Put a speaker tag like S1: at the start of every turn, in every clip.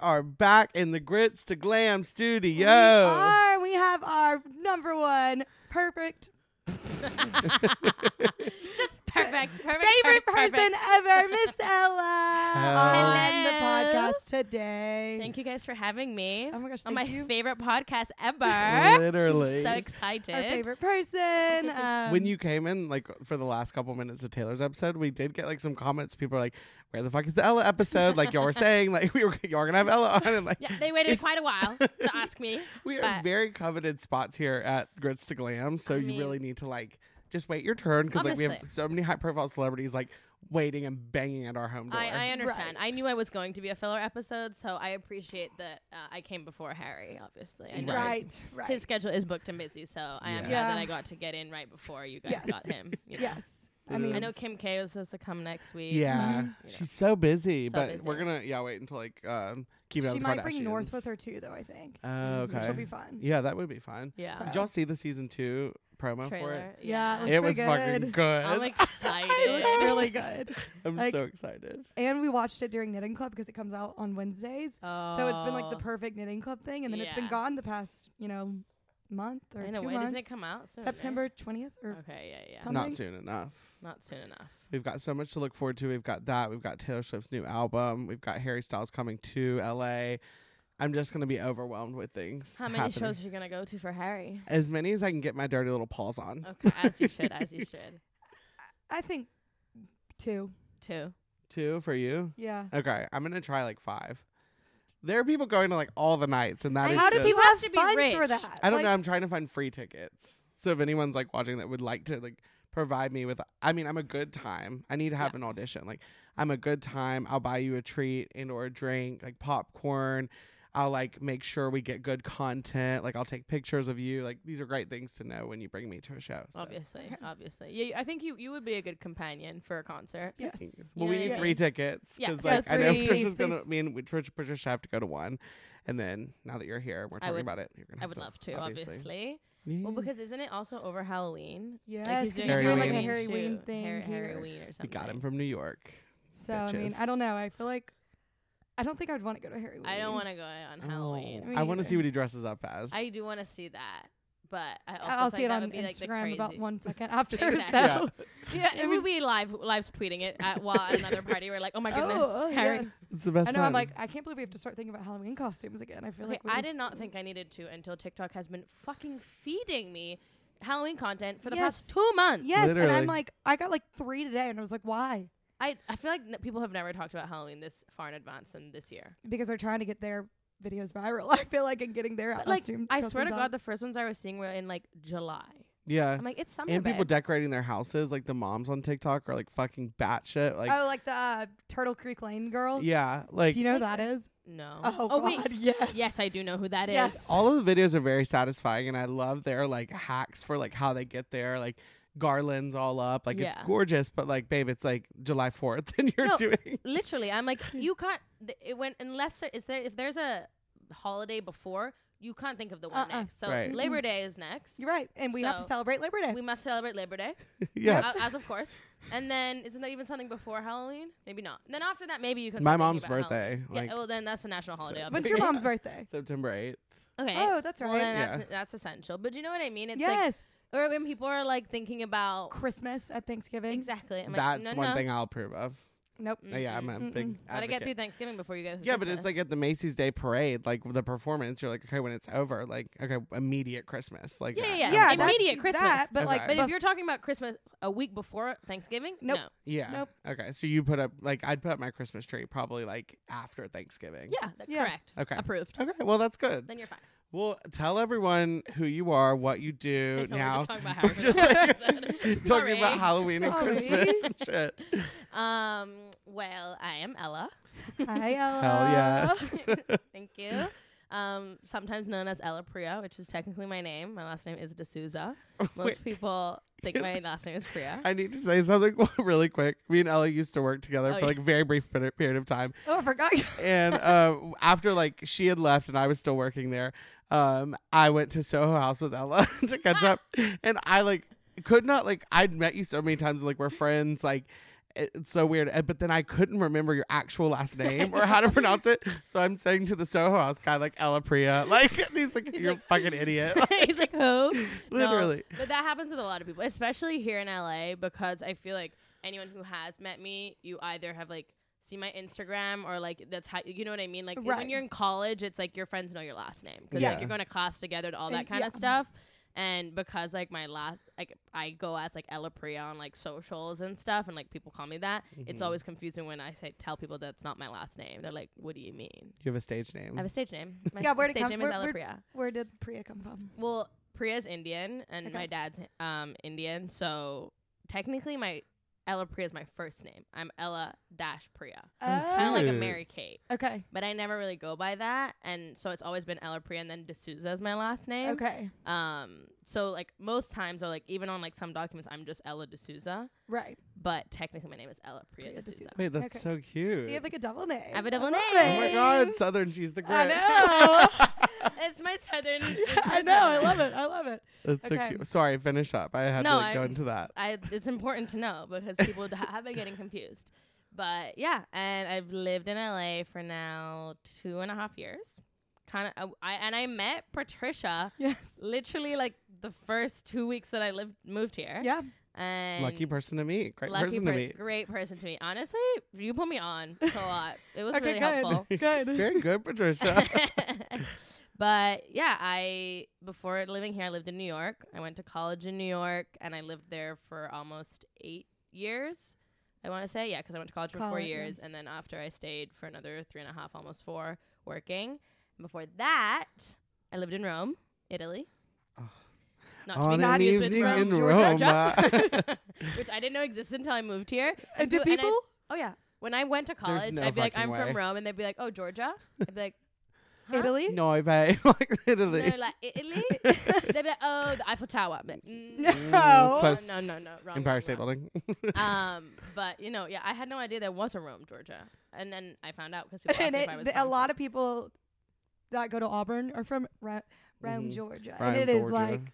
S1: are back in the Grits to Glam studio.
S2: We are. We have our number one perfect
S3: Just perfect. Perfect.
S2: favorite
S3: perfect, perfect.
S2: person ever, Miss Ella, on the
S3: Hello.
S2: podcast today.
S3: Thank you guys for having me.
S2: Oh my gosh,
S3: on
S2: thank
S3: my
S2: you.
S3: favorite podcast ever.
S1: Literally.
S3: so excited.
S2: Our favorite person. Um,
S1: when you came in, like for the last couple minutes of Taylor's episode, we did get like some comments. People are like, "Where the fuck is the Ella episode?" Like y'all were saying, like we were y'all gonna have Ella on, and like
S3: Yeah, they waited
S1: It's-
S3: quite a while to ask me.
S1: we are
S3: but-
S1: very coveted spots here at Grits to Glam. So
S3: I
S1: you
S3: mean-
S1: really need to like just wait your turn because like we have
S3: Honestly.
S1: so many high profile celebrities like waiting and banging at our home door.
S3: I, I understand. I knew I was going to be a filler episode, so I appreciate that uh, I came before Harry, obviously. I know
S2: right, right.
S3: His schedule is booked and busy, so I am
S1: Yeah.
S3: glad that
S2: Yeah.
S3: I got to get in right before you guys
S2: Yes.
S3: got him. you know.
S2: yes. I mean,
S3: I know Kim K was supposed to come next week.
S1: yeah,
S3: but, you know.
S1: she's so busy,
S3: Mm-hmm. So
S1: but
S3: busy.
S1: we're gonna yeah wait until like um keep it on
S2: she
S1: the
S2: might bring
S1: Kardashians.
S2: North with her too, though. I think,
S1: Oh, okay,
S2: which will be fun.
S1: yeah, that would be fun.
S3: yeah.
S2: So-
S1: Did y'all see the season two promo for it?
S3: Trailer.
S2: Yeah,
S1: it
S2: Looks
S1: was
S2: pretty
S1: fucking
S2: good.
S1: good.
S3: I'm
S2: it
S3: excited.
S2: looks really good.
S1: I'm
S2: like-
S1: so excited.
S2: And we watched it during Knitting Club because it comes out on Wednesdays. So it's been like the
S3: Oh.
S2: perfect knitting club thing, and then it's been
S3: Yeah.
S2: gone the past, you know, month or
S3: I know.
S2: two
S3: When
S2: months.
S3: doesn't it come out? Soon, right?
S2: September twentieth or
S3: Okay. Yeah. Yeah.
S2: Some-
S1: Not
S2: Something-
S1: soon enough.
S3: Not soon enough.
S1: We've got so much to look forward to. We've got that. We've got Taylor Swift's new album. We've got Harry Styles coming to LA. I'm just gonna be overwhelmed with things.
S3: How many
S1: happening.
S3: shows are you gonna go to for Harry?
S1: As many as I can get my dirty little paws on.
S3: Okay. As you should. As you should.
S2: I think two.
S3: Two.
S1: Two for you.
S2: Yeah.
S1: Okay, I'm gonna try like five. There are people going to like all the nights, and that is.
S3: How do
S1: just-
S3: people have to be
S2: funds for
S3: rich?
S2: that?
S1: I don't
S2: Like,
S1: know. I'm trying to find free tickets. So if anyone's like watching that would like to like provide me with, I mean, I'm a good time. I need to have an audition. Like I'm a good time. I'll buy you a treat and or a drink, like popcorn. I'll like make sure we get good content. Like I'll take pictures of you. Like these are great things to know when you bring me to a show. So.
S3: Obviously. Obviously. Yeah. I think you you would be a good companion for a concert.
S2: Yes.
S1: Well,
S3: You
S1: we
S3: know
S1: need
S3: what I
S1: three
S3: mean?
S1: tickets
S3: Yeah,
S1: because
S3: so
S1: like I know
S2: three.
S1: Patricia's
S2: Please,
S1: gonna.
S2: please.
S1: Me and Patricia, Patricia have to go to one, and then now that you're here, we're
S3: I
S1: talking
S3: would-
S1: about it. You're gonna.
S3: I
S1: have
S3: would
S1: to,
S3: love to, obviously.
S1: Yeah.
S3: Well, because isn't it also over Halloween?
S2: Yes,
S3: like
S2: 'cause
S3: he's doing,
S1: he's doing, like, a
S3: Halloween
S2: Harry
S3: shoot.
S2: Ween thing
S3: Harry,
S2: here.
S3: Harry Ween or
S1: we
S3: something.
S1: got him from New York.
S2: So I mean,
S1: Bitches.
S2: I don't know. I feel like I don't think I'd want to go to Harry.
S3: I don't
S2: Ween.
S3: want to go on Halloween.
S2: Me
S1: Oh, I want to
S2: either.
S1: see what he dresses up as.
S3: I do want to see that, but I also
S2: I'll
S3: think
S2: see it
S3: that
S2: on
S3: would be like the
S2: Instagram about
S3: crazy-
S2: one second after.
S3: Exactly. Oh,
S2: So.
S3: Yeah, it would be live lives tweeting it at while at another party. We're like, oh my goodness,
S2: Oh, oh,
S3: Harry.
S2: yes.
S1: it's the best.
S2: I know. I'm
S1: time.
S2: like, I can't believe we have to start thinking about Halloween costumes again. I feel
S3: Okay,
S2: like we're
S3: I
S2: just-
S3: did not think I needed to until TikTok has been fucking feeding me Halloween content for the
S2: Yes.
S3: past two months.
S2: Yes, and
S1: Literally.
S2: I'm like, I got like three today, and I was like, why?
S3: I, I feel like n- people have never talked about Halloween this far in advance than this year.
S2: Because they're trying to get their videos viral. I feel like and getting their
S3: But like,
S2: costume-
S3: I swear to
S2: costumes
S3: God,
S2: out.
S3: the first ones I was seeing were in like July.
S1: yeah.
S3: I'm like, it's summer.
S1: and people
S3: babe.
S1: decorating their houses, like the moms on TikTok are like fucking batshit. Like,
S2: oh, like the uh, Turtle Creek Lane
S3: Oh.
S2: girl.
S1: yeah, like
S2: Do you know who that is?
S3: no.
S2: Oh, God,
S3: wait,
S2: yes.
S3: yes, I do know who that is.
S2: Yes.
S1: all of the videos are very satisfying, and I love their like hacks for like how they get there, like garlands all up, like it's
S3: Yeah.
S1: gorgeous. But like, babe, it's like July Fourth, and you're
S3: No.
S1: doing
S3: literally i'm like you can't th- it when unless there is there if there's a holiday before you can't think of the one
S2: Uh-uh.
S3: next so
S1: Right.
S3: labor day is next
S2: You're right, and we have to
S3: So-
S2: celebrate Labor Day.
S3: we must celebrate labor day
S1: yeah.
S3: a- as of course and then isn't there even something before halloween maybe not and then after that maybe you can
S1: My
S3: start thinking
S1: mom's
S3: about
S1: birthday,
S3: Halloween. yeah oh.
S1: like-
S3: well then that's a national holiday
S1: When's
S2: When's
S3: obviously.
S2: your mom's birthday?
S1: September eighth.
S3: okay
S2: Oh, that's
S3: well,
S2: right.
S3: then
S1: Yeah.
S3: that's, that's essential but you know what i mean it's
S2: yes,
S3: like or when people are like thinking about
S2: Christmas at Thanksgiving.
S3: exactly I'm
S1: That's
S3: like, no,
S1: one
S3: no.
S1: thing I'll approve of.
S2: Nope.
S3: mm,
S1: Uh, Yeah, I'm a
S2: Mm-mm.
S1: big.
S3: gotta
S1: advocate.
S3: get through thanksgiving before you go
S1: Yeah, but it's like at the Macy's Day Parade, like the performance. You're like, okay, when it's over, like, okay, immediate Christmas, like,
S3: Yeah,
S1: uh,
S3: yeah,
S2: Yeah, that's
S3: Immediate Christmas.
S2: that, but like,
S1: Okay.
S3: but if
S2: bef-
S3: you're talking about christmas a week before thanksgiving
S2: Nope.
S3: no
S1: Yeah.
S2: Nope.
S1: Okay. So you put up like I'd put up my Christmas tree probably like after Thanksgiving.
S3: Yeah, that,
S2: Yes.
S3: correct.
S1: Okay.
S3: Approved.
S1: Okay. Well, that's good.
S3: Then you're fine.
S1: Well, tell everyone who you are, what you do
S3: No,
S1: now.
S3: We're just talking about
S1: We're
S3: Howard.
S1: just like talking
S3: Sorry.
S1: about Halloween and
S2: Sorry.
S1: Christmas and shit.
S3: um, well, I am Ella.
S2: Hi, Ella.
S1: Hell yes.
S3: Thank you. Um, sometimes known as Ella Priya, which is technically my name. My last name is D'Souza. Most
S1: Wait.
S3: people think my last name is Priya.
S1: I need to say something really quick. Me and Ella used to work together
S3: Oh,
S1: for
S3: yeah.
S1: like a very brief peri- period of time.
S2: Oh, I forgot.
S1: and uh, after like she had left and I was still working there, um, I went to Soho House with Ella to catch up, and I like could not like I'd met you so many times like we're friends like. it- it's so weird. Uh, But then I couldn't remember your actual last name or how to pronounce it. So I'm saying to the Soho House guy, like Ella Priya, like and he's like,
S3: He's
S1: you're
S3: like-
S1: a fucking idiot.
S3: He's like, who? No,
S1: Literally.
S3: but that happens with a lot of people, especially here in LA, because I feel like anyone who has met me, you either have like seen my Instagram or like that's how you know what I mean. Like
S2: Right.
S3: when you're in college, it's like your friends know your last name because like
S1: Yes.
S3: you're going to class together and all
S2: And-
S3: that kind of
S2: yeah.
S3: stuff. And because like my last, like I go as like Ella Priya on like socials and stuff, and like people call me that. It's
S2: Mm-hmm.
S1: Mhm.
S3: always confusing when I say tell people that's not my last name. They're like, "What do you mean?
S1: You have a stage name.
S3: I have a stage name. My
S2: Mm. Yeah, where'd it
S3: stage
S2: come-
S3: name is
S2: where-
S3: Ella
S2: where-
S3: Priya.
S2: Where did Priya come from?
S3: Well, Priya's Indian and
S2: Okay.
S3: my dad's um Indian, so technically my Ella Priya is my first name. I'm Ella dash Priya. Kind of like a
S1: Cute.
S3: Mary Kate,
S2: Oh, Okay.
S3: but I never really go by that, and so it's always been Ella Priya and then D'Souza is my last name.
S2: Okay.
S3: Um, so like most times, or like even on like some documents, I'm just Ella D'Souza,
S2: Right.
S3: but technically my name is Ella Priya,
S2: Priya
S3: D'Souza.
S2: D'Souza.
S1: Wait, that's
S2: Okay.
S1: so cute.
S2: So you have like a double name.
S3: I have a double
S2: love
S3: name.
S1: oh my
S2: it.
S1: god, Southern, she's the
S2: I
S1: greatest.
S2: know.
S3: it's my southern. it's my
S2: I know. I
S3: southern-
S2: love it. I love it.
S1: That's so
S2: Okay.
S1: cute. Sorry, finish up. I had
S3: No,
S1: to like, go
S3: I-
S1: into that.
S3: I it's important to know because people d- have been getting confused. But yeah, and I've lived in LA for now two and a half years. Kind of, I and I met Patricia
S2: Yes.
S3: literally like the first two weeks that I lived moved here.
S2: Yeah.
S3: and
S1: Lucky person to meet. Great
S3: lucky
S1: person
S3: per-
S1: to meet.
S3: great person to meet. Honestly, you put me on a lot. It was
S2: okay.
S3: really
S2: good.
S3: helpful.
S2: Good.
S1: Very good, Patricia.
S3: but yeah, I before living here, I lived in New York. I went to college in New York, and I lived there for almost eight years. I want to say yeah, because I went to college for four
S2: College, yeah.
S3: years, and then after I stayed for another three and a half, almost four, working. And before that, I lived in Rome, Italy.
S1: Oh.
S3: Not to
S1: On
S3: be
S1: an
S3: confused with
S1: evening uh.
S3: Rome,
S2: in
S3: Georgia,
S1: Roma.
S3: which I didn't know existed until I moved here.
S2: And
S3: do-
S2: did
S3: and I-
S2: people?
S3: Oh yeah. When I went to college,
S1: no
S3: I'd be like,
S1: fucking
S3: I'm
S1: way.
S3: from Rome, and they'd be like, Oh, Georgia. I'd be like, huh?
S2: Italy?
S1: no, babe. like
S3: No,
S1: literally.
S3: like I- Italy. they'd be like, Oh, the Eiffel Tower. I'm like, mm,
S2: No.
S1: Mm,
S3: No,
S1: Close.
S3: no, no, no. Wrong,
S1: Empire
S3: wrong,
S1: State Building.
S3: wrong. Um, but you know, yeah, I had no idea there was a Rome, Georgia, and then I found out because people
S2: and
S3: asked me
S2: it,
S3: if I was
S2: th- a
S3: from
S2: lot of people that go to Auburn are from ra- Rome,
S1: Mhm.
S2: Georgia,
S1: Rome,
S2: and it is
S1: Georgia.
S2: like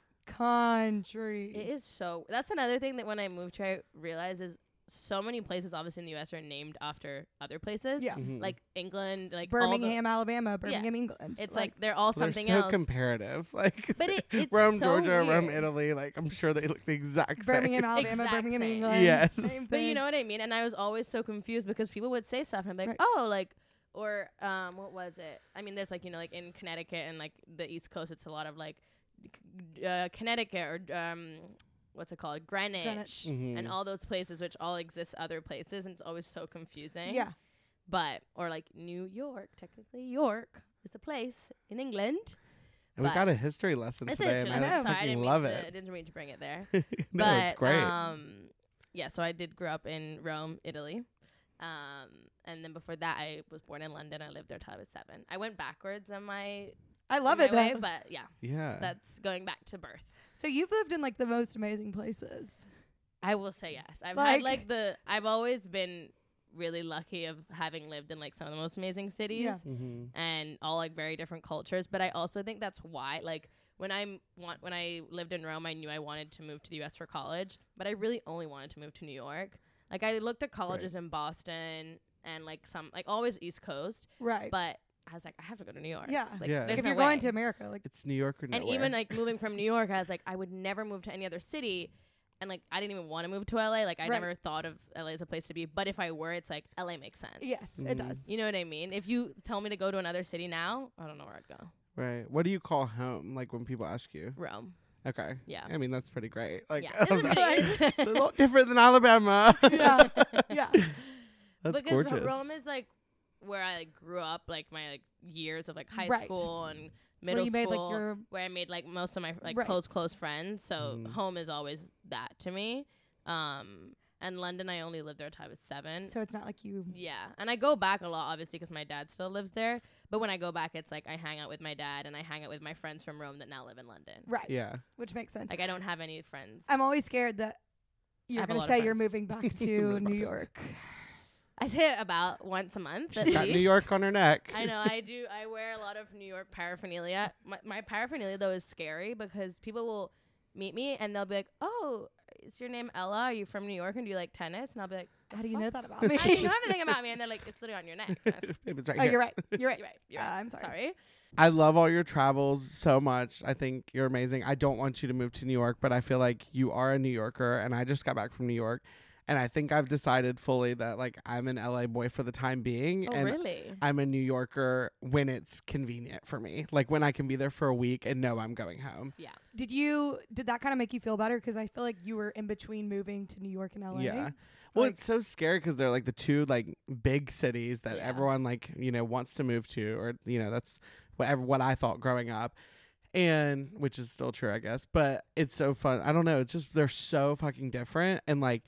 S2: country.
S3: It is so. That's another thing that when I moved here, I realized is so many places, obviously in the U.S., are named after other places.
S2: Yeah.
S1: Mhm.
S3: like England, like all the-
S2: Birmingham, Alabama, Birmingham, England.
S3: it's like, they're all
S1: They're
S3: something
S1: so
S3: else.
S1: comparative. Like
S3: But it- it's
S1: Rome,
S3: so
S1: Georgia, Rome,
S3: weird.
S1: Italy. Like I'm sure they look the exact
S2: Birmingham,
S1: same.
S2: Alabama,
S3: Exact
S2: Birmingham,
S3: same.
S2: England.
S1: Yes.
S2: Same
S3: But you
S2: thing.
S3: know what I mean? And I was always so confused because people would say stuff and I'm like,
S2: Right.
S3: oh, like, or um, what was it? I mean, there's like, you know, like in Connecticut and like the East Coast, it's a lot of like c- uh, Connecticut or um, what's it called? Greenwich.
S2: Greenwich.
S3: And
S1: Mhm.
S3: all those places, which all exist other places, and it's always so confusing.
S2: yeah,
S3: But, or like New York, technically, York is a place in England.
S1: And we
S3: but-
S1: got a history lesson
S3: It's a
S1: today,
S3: history
S1: and I
S2: lesson,
S3: sorry, I
S1: fucking
S3: didn't,
S1: love
S3: mean to, I
S1: it.
S3: didn't mean to bring it there
S1: no,
S3: but,
S1: it's great.
S3: Um, yeah, so I did grow up in Rome, Italy. Um, and then before that, I was born in London. I lived there till I was seven. I went backwards on my
S2: I love
S3: my
S2: it though.
S3: way, but yeah,
S1: yeah.
S3: that's going back to birth.
S2: so you've lived in like the most amazing places.
S3: I will say yes. I've
S2: Like-
S3: had like the I've always been really lucky of having lived in like some of the most amazing cities.
S2: Yeah.
S1: mm-hmm.
S3: and all like very different cultures. But I also think that's why like when I want when I lived in Rome, I knew I wanted to move to the U.S. for college, but I really only wanted to move to New York. Like I looked at colleges in Boston and like some like always East Coast,
S2: Right.
S3: but I was like I have to go to New York.
S2: Yeah.
S3: like,
S1: Yeah.
S3: there's
S2: if
S3: no
S2: you're going
S3: way.
S2: to America, like
S1: It's New York or
S3: and
S1: nowhere.
S3: even like moving from New York, I was like I would never move to any other city. And like I didn't even want to move to LA. Like I
S2: Right.
S3: never thought of LA as a place to be. But if I were, it's like LA makes sense.
S2: yes, it
S1: Mhm.
S2: does.
S3: You know what I mean? If you tell me to go to another city now, I don't know where I'd go.
S1: right. What do you call home? Like when people ask you.
S3: Rome.
S1: Okay.
S3: Yeah.
S1: I mean that's pretty great. Like
S3: yeah. It's a pretty-
S1: it's a lot different than Alabama.
S2: yeah, yeah.
S1: That's
S3: because Ro-
S1: gorgeous.
S3: Rome is like where I like, grew up, like my like years of like high
S2: Right.
S3: school and
S2: Where
S3: middle
S2: you
S3: school,
S2: made like your
S3: where I made like most of my like
S2: Right.
S3: close close friends. So
S1: Mhm.
S3: home is always that to me. Um, and London, I only lived there till I was seven.
S2: so it's not like you.
S3: yeah, and I go back a lot, obviously, because my dad still lives there. But when I go back, it's like I hang out with my dad and I hang out with my friends from Rome that now live in London.
S2: Right.
S1: yeah.
S2: Which makes sense.
S3: Like I don't have any friends.
S2: I'm always scared that you're
S3: have a
S2: going
S3: lot
S2: to
S3: of
S2: say you're
S3: friends.
S2: moving back to New York.
S3: I say it about once a month. at
S1: She's got New
S3: least.
S1: York on her neck.
S3: I know. I do. I wear a lot of New York paraphernalia. My, my paraphernalia though is scary because people will meet me and they'll be like, "Oh, is your name Ella? Are you from New York and do you like tennis?" And I'll be like,
S2: How do you know that about
S3: I
S2: me?
S3: mean, you know everything about me, and they're like, it's literally on your neck. And I was like,
S1: Babe, it's right
S2: oh,
S1: here.
S2: you're right. You're right.
S3: you're right.
S2: Uh,
S3: You're right.
S2: I'm sorry.
S3: Sorry.
S1: I love all your travels so much. I think you're amazing. I don't want you to move to New York, but I feel like you are a New Yorker and I just got back from New York and I think I've decided fully that like I'm an LA boy for the time being
S3: Oh,
S1: and
S3: really?
S1: I'm a New Yorker when it's convenient for me. Like when I can be there for a week and know I'm going home.
S2: Did you? Did that kind of make you feel better? Because I feel like you were in between moving to New York and LA.
S1: Yeah. Well,
S2: Like-
S1: it's so scary because they're like the two like big cities that
S3: Yeah.
S1: everyone like you know wants to move to, or you know that's whatever what I thought growing up, and which is still true, I guess. But it's so fun. I don't know. It's just they're so fucking different, and like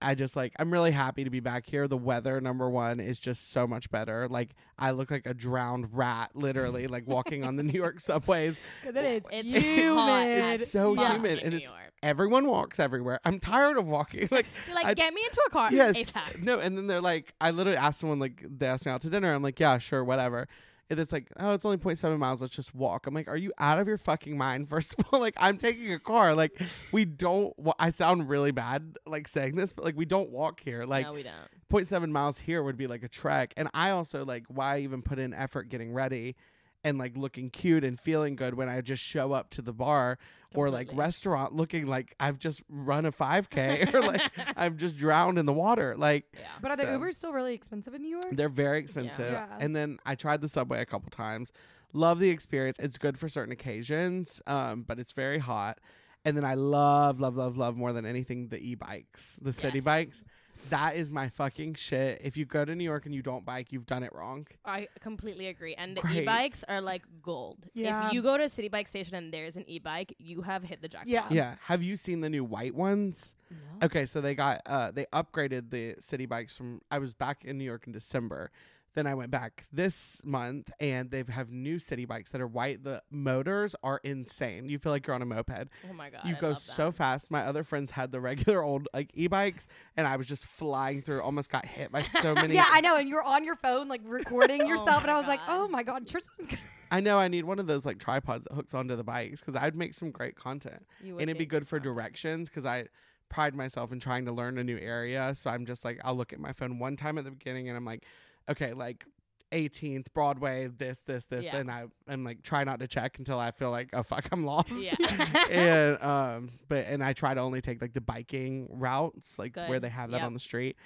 S1: I just like I'm really happy to be back here. The weather number one is just so much better. Like I look like a drowned rat, literally, like walking on the New York subways.
S2: Because it is
S3: It's hot
S2: humid.
S3: as
S1: It's so
S3: fuck
S1: humid,
S3: in
S1: and
S3: New
S1: it's-
S3: York.
S1: Everyone walks everywhere. I'm tired of walking. Like
S3: You're like,
S1: I-
S3: get me into a car.
S1: Yes.
S3: ASAP.
S1: No, and then they're like, I literally asked someone like they asked me out to dinner. I'm like, yeah, sure, whatever. And it's like, oh, it's only 0.7 miles. Let's just walk. I'm like, are you out of your fucking mind? First of all, like I'm taking a car. Like we don't. Well, I sound really bad like saying this, but like we don't walk here. Like
S3: no, we don't.
S1: 0.7 miles here would be like a trek. And I also like why even put in effort getting ready and like looking cute and feeling good when I just show up to the bar or like
S3: Completely.
S1: restaurant looking like I've just run a 5K or like I've just drowned in the water. Like
S3: Yeah.
S2: But are the
S1: So-
S2: Ubers still really expensive in New York?
S1: they're very expensive.
S2: Yeah.
S1: And then I tried the subway a couple times. Love the experience. It's good for certain occasions, um, but it's very hot. And then I love, love, love, love more than anything the e bikes, the city
S3: Yes.
S1: bikes. That is my fucking shit. If you go to New York and you don't bike, you've done it wrong.
S3: I completely agree. And the
S1: Great.
S3: e-bikes are like gold.
S2: Yeah.
S3: If you go to a city bike station and there's an e-bike, you have hit the jackpot.
S2: Yeah. Um,
S1: yeah. Have you seen the new white ones?
S3: No.
S1: Okay, so they got uh they upgraded the city bikes from I was back in New York in December. Then I went back this month and they have new city bikes that are white. The motors are insane. You feel like you're on a moped.
S3: Oh my god.
S1: you
S3: I
S1: go
S3: love
S1: so fast. My other friends had the regular old like e-bikes and I was just flying through. Almost got hit by so many.
S2: yeah, I know. And you're on your phone, like recording
S3: Oh
S2: yourself, and
S3: my
S2: I was like,
S3: God.
S2: "Oh my god, Tristan's gonna
S1: I know I need one of those like tripods that hooks onto the bikes cuz I'd make some great content.
S3: that. You would
S1: and it'd be
S3: think
S1: good for
S3: about that.
S1: directions because I pride myself in trying to learn a new area. So I'm just like, I'll look at my phone one time at the beginning and I'm like, okay, like 18th Broadway, this, this, this,
S3: Yeah.
S1: and I am like, try not to check until I feel like, oh fuck, I'm lost.
S3: Yeah.
S1: and um, but and I try to only take like the biking routes, like where
S3: Good.
S1: they have that
S3: Yep.
S1: on the street.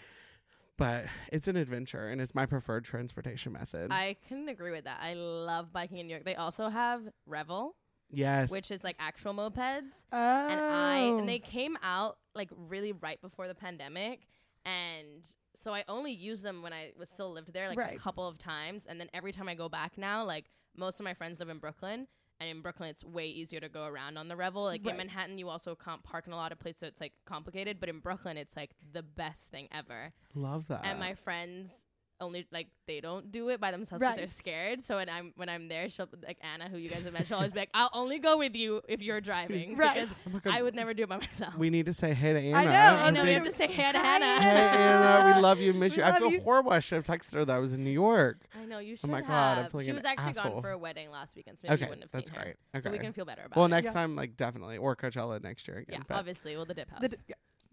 S1: But it's an adventure and it's my preferred transportation method.
S3: I can agree with that. I love biking in New York. They also have Revel,
S1: yes.
S3: which is like actual mopeds.
S2: Oh.
S3: and I and they came out like really right before the pandemic, and so I only used them when I was still lived there like
S2: Right.
S3: a couple of times, and then every time I go back now, like most of my friends live in Brooklyn, and in Brooklyn it's way easier to go around on the Revel. Like
S2: Right.
S3: in Manhattan, you also can't park in a lot of places, so it's like complicated. But in Brooklyn, it's like the best thing ever,
S1: Love that.
S2: Uh.
S3: and my friends. Only like they don't do it by themselves
S2: Right.
S3: because they're scared. So when I'm when I'm there, she'll like Anna, who you guys have met, she'll always be like, "I'll only go with you if you're driving."
S2: Right.
S3: Because
S1: Oh my God,
S3: I would never do it by myself.
S1: we need to say hey to Anna.
S2: know,
S3: I
S2: Oh. I
S1: who's
S3: know we
S1: been-
S3: have to say hi to
S2: Hi,
S1: Hey
S3: Hannah.
S1: Anna, we love you, miss
S2: We
S1: you. I
S2: love
S1: feel
S2: you.
S1: horrible. I should have texted her that I was in New York.
S3: I know you should.
S1: Oh my God, I
S3: have.
S1: feel like
S3: she
S1: an
S3: was actually
S1: asshole.
S3: gone for a wedding last weekend, so maybe
S1: okay,
S3: you wouldn't have
S1: that's
S3: seen her.
S1: great. Okay.
S3: So we can feel better about
S1: well,
S3: it.
S1: next
S2: Yes.
S1: time, like definitely, or Coachella next year again.
S3: yeah,
S1: but
S3: obviously, well, the dip house.
S2: The d-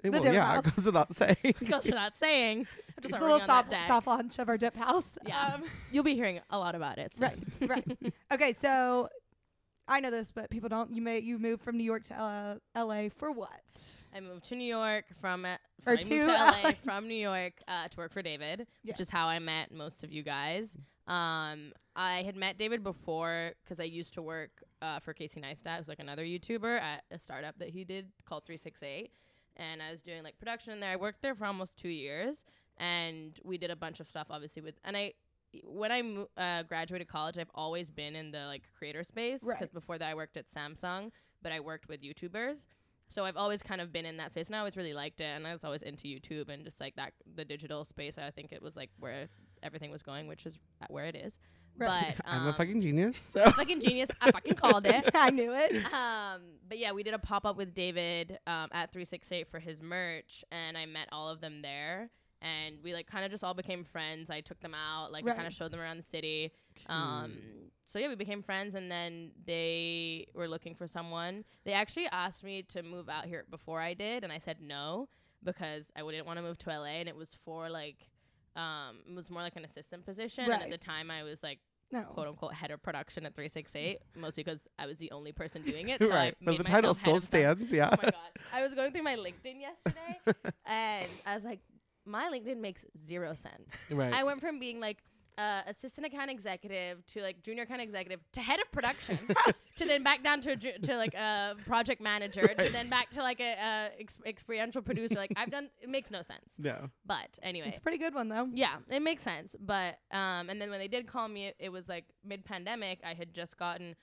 S1: it
S2: The
S1: will,
S2: Dip
S1: yeah,
S2: House.
S1: it goes without saying.
S3: Goes without saying. I'm
S2: it's
S3: Just
S2: a
S3: already
S2: little
S3: on
S2: soft,
S3: that deck.
S2: soft launch of our dip house.
S3: Yeah,
S2: Um,
S3: you'll be hearing a lot about it. so-
S2: right, right. Okay, so I know this, but people don't. You may you moved from New York to uh, L.A. for what?
S3: I moved to New York from uh,
S2: Or
S3: I moved
S2: to
S3: to LA
S2: LA.
S3: from New York uh, to work for David, which
S2: Yes.
S3: is how I met most of you guys. Um, I had met David before because I used to work uh, for Casey Neistat, who's like another YouTuber at a startup that he did called 368, and I was doing like production there. I worked there for almost two years, and we did a bunch of stuff, obviously with and I. When I mo- uh, graduated college, I've always been in the like creator space because
S2: Right.
S3: before that I worked at Samsung, but I worked with YouTubers. So I've always kind of been in that space, and I always really liked it, and I was always into YouTube and just like that the digital space. I think it was like where everything was going, which is at where it is.
S2: Right.
S3: But
S1: I'm a
S3: um,
S1: fucking genius. So
S3: fucking genius. I fucking called it.
S2: I knew it.
S3: Um, but yeah, we did a pop up with David um, at 368 for his merch, and I met all of them there. And we like kind of just all became friends. I took them out, like I
S2: Right.
S3: kind of showed them around the city. Um, so yeah, we became friends, and then they were looking for someone. They actually asked me to move out here before I did, and I said no because I didn't want to move to LA, and it was for like, um, it was more like an assistant position. And
S2: Right.
S3: at the time, I was like
S2: No.
S3: quote unquote head of production at 368, mostly because I was the only person doing it. So I
S1: right. But
S3: made
S1: the title
S3: myself head
S1: still
S3: of something.
S1: stands. Yeah.
S3: Oh my god! I was going through my LinkedIn yesterday, and I was like, my LinkedIn makes zero sense.
S1: right.
S3: I went from being like uh, assistant account executive to like junior account executive to head of production to then back down to a ju- to like a project manager to then back to like a, uh ex- experiential producer. Like I've done, it makes no sense.
S1: no.
S3: But anyway,
S2: It's a pretty good one though.
S3: yeah, it makes sense. But um, and then when they did call me, it, it was like mid pandemic. I had just gotten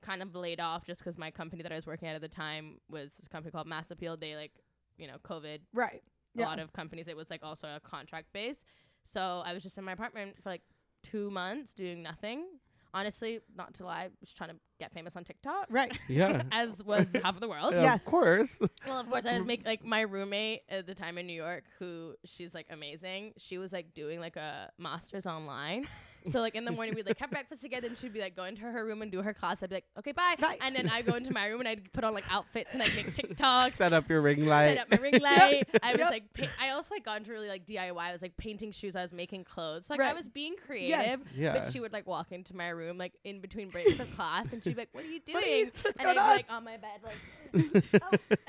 S3: kind of laid off just because my company that I was working at at the time was this company called Mass Appeal. They like, you know, COVID
S2: Right.
S3: a
S2: Yeah.
S3: lot of companies it was like also a contract base so i was just in my apartment for like two months doing nothing honestly not to lie just trying to get famous on tiktok
S2: Right.
S1: Yeah.
S3: as was half of the world
S1: Yeah,
S2: Yes.
S1: Of course.
S3: well of course i was make like my roommate at the time in new york who she's like amazing she was like doing like a master's online so like in the morning we'd like have breakfast together and she'd be like go into her room and do her class i'd be like okay bye
S2: Bye.
S3: and then i go into my room and i'd put on like outfits and i'd make tiktoks
S1: Set up your ring light.
S3: set up my ring light. I was
S2: Yep.
S3: like, pa- I also like got into really like DIY. I was like painting shoes. I was making clothes. So, like I
S2: Right.
S3: was being creative.
S2: Yes.
S1: Yeah.
S3: But she would like walk into my room like in between breaks of class, and she'd be like, "What are you doing?"
S2: What are you- what's
S3: and
S2: going
S3: I'd be
S2: on?
S3: like on my bed, like,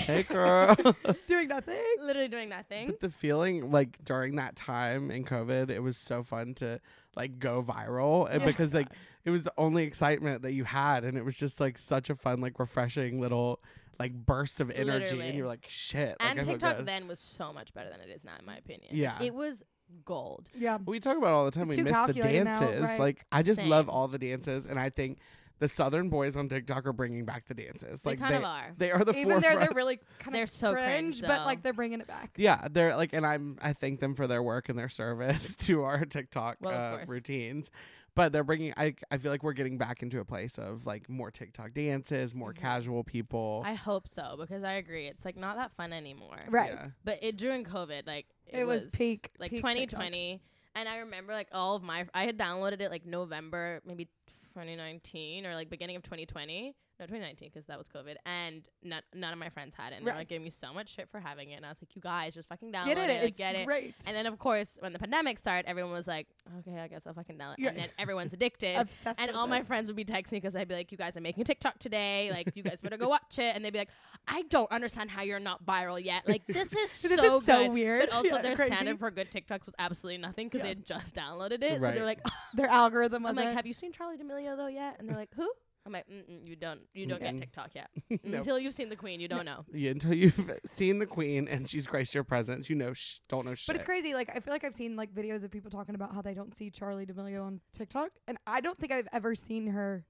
S1: hey, girl.
S2: Doing nothing.
S3: literally doing nothing.
S1: But the feeling like during that time in COVID, it was so fun to like go viral and
S3: Yeah.
S1: because like it was the only excitement that you had and it was just like such a fun, like refreshing little like burst of energy and
S3: Literally.
S1: you're like shit.
S3: and
S1: like, I feel
S3: TikTok
S1: good.
S3: then was so much better than it is now, in my opinion.
S1: Yeah.
S3: it was gold.
S2: Yeah.
S1: we talk about it all the time we
S2: It's too
S1: miss the
S2: calculated now,
S1: dances.
S2: right.
S1: Like I just love
S3: Same.
S1: all the dances and I think the Southern boys on TikTok are bringing back the dances.
S3: They
S1: Like
S3: kind
S1: they,
S3: of are.
S1: they are the
S2: Even there,
S1: forefront.
S2: they're really kind of
S3: They're so cringe,
S2: but
S3: though.
S2: like they're bringing it back.
S1: Yeah, they're like, and I'm I thank them for their work and their service to our TikTok
S3: Well, of
S1: uh,
S3: course.
S1: routines. But they're bringing. I I feel like we're getting back into a place of like more TikTok dances, more
S3: Mhm.
S1: casual people.
S3: I hope so because I agree. It's like not that fun anymore.
S2: Right.
S1: Yeah.
S3: But it during COVID, like
S2: It was peak-
S3: like
S2: peak
S3: 2020. And I remember like all of my I had downloaded it like November maybe 2019 or like beginning of 2020. No, 2019 because that was COVID, and not, none of my friends had it. And they
S2: Right.
S3: were like giving me so much shit for having it, and I was like, "You guys, just fucking download
S2: Get
S3: it,
S2: in it.
S3: like,
S2: It's
S3: get it."
S2: great.
S3: And then of course, when the pandemic started, everyone was like, "Okay, I guess I'll fucking download."
S2: Yeah.
S3: And then everyone's addicted.
S2: Obsessed.
S3: And
S2: with
S3: all
S2: it.
S3: my friends would be texting me because I'd be like, "You guys, I'm making a TikTok today. Like, you guys better go watch it." And they'd be like, "I don't understand how you're not viral yet. Like, this is so
S2: This is so
S3: good."
S2: weird.
S3: But also,
S2: Yeah,
S3: their
S2: crazy.
S3: standard for good TikToks was absolutely nothing because
S2: Yeah.
S3: they had just downloaded it. So
S1: Right.
S3: they're like,
S2: their algorithm was
S3: "I'm like,
S2: like,
S3: have you seen Charlie D'Amelio though yet?" And they're like, "Who?" I'm like, Mm-mm, "You don't. You don't get
S1: Mm-mm.
S3: TikTok yet.
S1: No.
S3: Until you've seen the Queen, you don't know."
S1: Yeah, until you've seen the Queen and she's graced your presence, you know, sh- don't know shit.
S2: But it's crazy. Like I feel like I've seen like videos of people talking about how they don't see Charlie D'Amelio on TikTok, and I don't think I've ever seen her.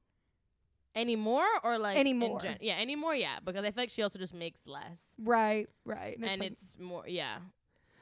S3: Anymore or like in
S2: Anymore.
S3: gen- yeah, anymore. Yeah, because I feel like she also just makes less,
S2: Right, right.
S3: and,
S2: like-
S3: it's, more. Yeah.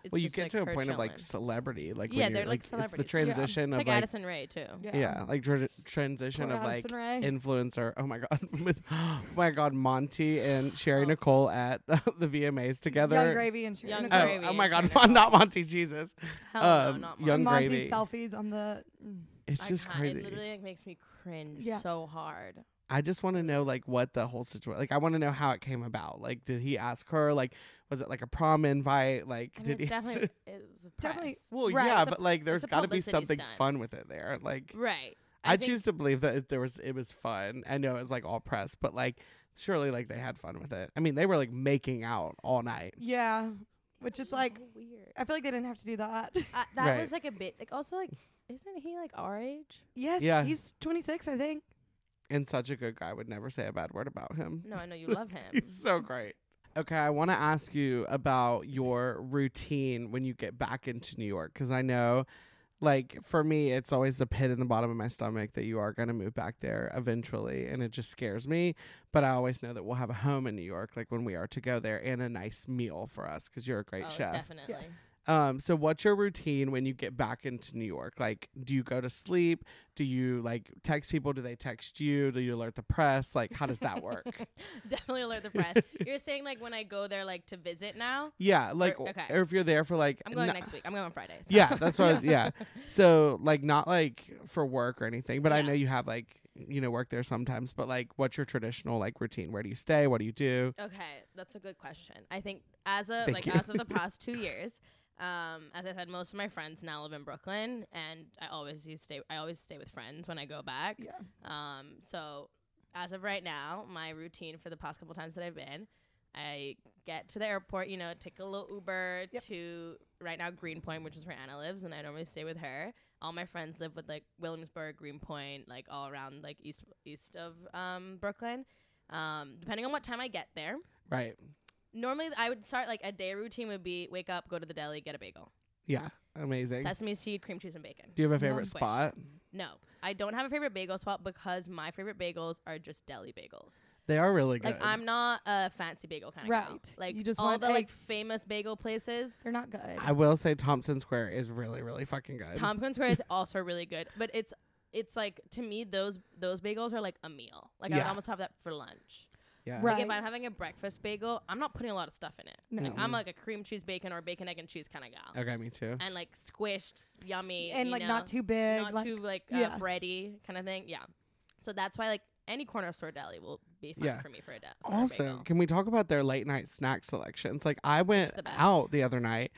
S3: It's
S1: well, you
S3: just,
S1: get
S3: like,
S1: to a
S3: her
S1: point of
S3: chilling.
S1: like celebrity, like when
S3: Yeah,
S1: you're,
S3: they're, like,
S1: it's the
S3: celebrities.
S2: Yeah.
S1: transition
S3: It's
S1: of
S3: like,
S1: like,
S3: Addison Ray too.
S1: yeah. like tr- transition
S2: Poor
S1: of like
S2: Addison Rae.
S1: influencer. Oh my god, with oh my god, Monty and Sherry
S3: Oh.
S1: Nicole at the VMAs together.
S2: Young Gravy and Sharon
S3: Young
S2: Nicole.
S1: Oh,
S3: Gravy
S1: oh
S3: and
S1: my God,
S3: Sherry Nicole.
S1: not Monty Jesus.
S3: Hell
S1: Um,
S3: no, not
S1: Young
S3: mine.
S2: Monty's
S1: Gravy.
S2: selfies on the. mm.
S1: It's
S3: I
S1: just
S3: can't- It
S1: crazy.
S3: literally like, makes me cringe
S2: Yeah.
S3: so hard.
S1: I just want to know like what the whole situation. Like I want to know how it came about. Like did he ask her? Like was it like a prom invite? Like
S3: I mean,
S1: did
S3: it's
S1: he?
S3: definitely it's a
S2: Definitely-
S3: press.
S1: well,
S2: Right.
S1: yeah,
S3: It's a-
S1: but like there's
S3: a
S1: got to be
S3: publicity
S1: something
S3: stunt.
S1: fun with it there. Like
S3: right.
S1: I,
S3: think-
S1: choose to believe that it, there was it was fun. I know it was like all press, but like surely like they had fun with it. I mean they were like making out all night.
S2: Yeah,
S3: It
S2: which
S3: was
S2: is like
S3: so weird.
S2: I feel like they didn't have to do that.
S3: I, that
S1: Right.
S3: was like a bit like also like isn't he like our age?
S2: yes,
S1: Yeah.
S2: he's 26, I think.
S1: And such a good guy would never say a bad word about him.
S3: No, I know you love him.
S1: He's so great. Okay, I want to ask you about your routine when you get back into New York because I know, like, for me, it's always the pit in the bottom of my stomach that you are going to move back there eventually. And it just scares me. But I always know that we'll have a home in New York, like when we are to go there, and a nice meal for us because you're a great
S3: oh,
S1: chef.
S3: definitely.
S2: Yes.
S1: Um, so, what's your routine when you get back into New York? Like, do you go to sleep? Do you, like, text people? Do they text you? Do you alert the press? Like, how does that work?
S3: definitely alert the press. You're saying like when I go there like to visit now.
S1: Yeah, like or,
S3: okay.
S1: if you're there for like
S3: I'm going
S1: no-
S3: next week. I'm going on Friday. so-
S1: Yeah, that's what I was yeah. So like not like for work or anything, but I
S3: Yeah.
S1: know you have like you know, work there sometimes, but like what's your traditional like routine? Where do you stay? What do you do?
S3: Okay, that's a good question. I think as of
S1: Thank
S3: like
S1: you.
S3: as of the past two years, um, as I said, most of my friends now live in Brooklyn, and I always used to stay. I always stay with friends when I go back.
S2: Yeah.
S3: Um, so as of right now, my routine for the past couple times that I've been, I get to the airport. You know, take a little Uber
S2: Yep.
S3: to right now Greenpoint, which is where Anna lives, and I normally stay with her. All my friends live with like Williamsburg, Greenpoint, like all around like east east of um, Brooklyn. Um, depending on what time I get there,
S1: Right.
S3: normally I would start like a day routine would be wake up, go to the deli, get a bagel,
S1: Yeah. Amazing.
S3: sesame seed, cream cheese, and bacon.
S1: do you have a favorite
S3: Squished.
S1: spot?
S3: No, I don't have a favorite bagel spot because my favorite bagels are just deli bagels.
S1: They are really good.
S3: Like I'm not a fancy bagel kind of Girl.
S2: Right.
S3: Like
S2: You just
S3: all
S2: want
S3: the
S2: a-
S3: like famous bagel places.
S2: They're not good.
S1: I will say Thompson Square is really, really fucking good.
S3: Tompkins Square is also really good, but it's it's like to me those those bagels are like a meal. Like I would
S1: Yeah.
S3: almost have that for lunch.
S1: yeah.
S2: Right.
S3: Like if I'm having a breakfast bagel, I'm not putting a lot of stuff in it.
S2: No.
S3: Like I'm like a cream cheese bacon or bacon egg and cheese kind of gal.
S1: Okay, me too.
S3: and like squished, s- yummy,
S2: and
S3: you
S2: like
S3: know,
S2: not too big.
S3: not
S2: like,
S3: too like uh,
S2: yeah.
S3: bready kind of thing. Yeah, so that's why like any corner store deli will be fun
S1: Yeah.
S3: for me for a deli.
S1: Also, can we talk about their late night snack selections? Like I went
S3: the best.
S1: out the other night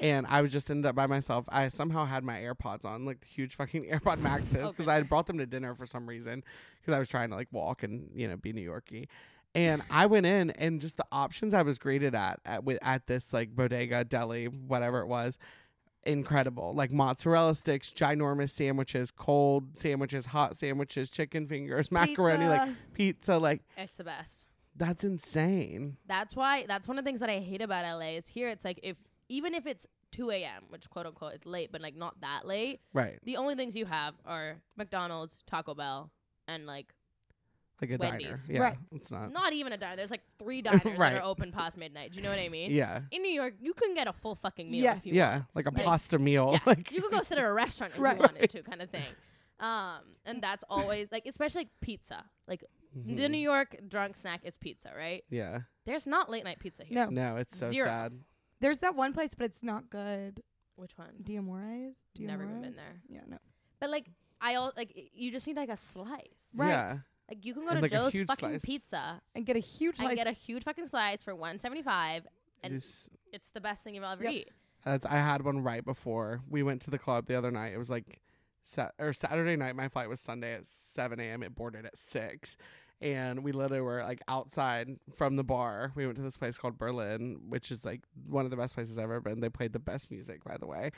S1: and I was just ended up by myself. I somehow had my AirPods on, like the huge fucking AirPod Maxes, because I had
S3: Oh, goodness.
S1: brought them to dinner for some reason because I was trying to like walk and you know be New Yorkie. And I went in and just the options I was greeted at at with at this like bodega deli whatever it was incredible. Like mozzarella sticks, ginormous sandwiches, cold sandwiches, hot sandwiches, chicken fingers, macaroni, like
S2: Pizza.
S1: pizza, like
S3: it's the best.
S1: that's insane.
S3: That's why that's one of the things that I hate about LA is here. It's like if even if it's 2 a.m., which quote unquote is late, but like not that late.
S1: Right.
S3: The only things you have are McDonald's, Taco Bell, and like
S1: Like a
S3: Wendy's.
S1: diner. Yeah.
S2: Right.
S1: It's not.
S3: not even a diner. There's like three diners
S1: Uh, Right.
S3: that are open past midnight. Do you know what I mean?
S1: Yeah.
S3: In New York, you can get a full fucking meal.
S2: Yes.
S3: If you
S1: Yeah. Like a
S3: Like-
S1: pasta meal.
S3: Yeah,
S1: Like
S3: you could go sit at a restaurant if
S2: Right.
S3: you wanted to, kind of thing. Um, and that's always like, especially like pizza. Like the
S1: Mm-hmm.
S3: New York drunk snack is pizza, right?
S1: Yeah.
S3: There's not late night pizza
S2: no,
S3: here.
S1: No, it's so
S3: Zero.
S1: sad.
S2: there's that one place, but it's not good.
S3: Which one?
S2: Diamores.
S3: Never even been
S2: Diamores?
S3: there.
S2: Yeah, no.
S3: But like, I all like y- you just need like a slice.
S2: Right.
S1: Yeah.
S3: Like you can go
S1: And,
S3: to
S1: like, a
S3: Joe's
S1: huge
S3: fucking
S1: slice.
S3: pizza
S2: And get a huge
S3: and
S2: slice.
S3: get a huge fucking slice for 175,
S1: It
S3: and
S1: is,
S3: it's the best thing you'll ever
S2: Yep.
S3: eat.
S1: that's, I had one right before we went to the club the other night. It was like sat- or Saturday night. My flight was Sunday at 7 a.m. It boarded at 6. And we literally were like outside from the bar. We went to this place called Berlin, which is like one of the best places I've ever been. They played the best music, by the way.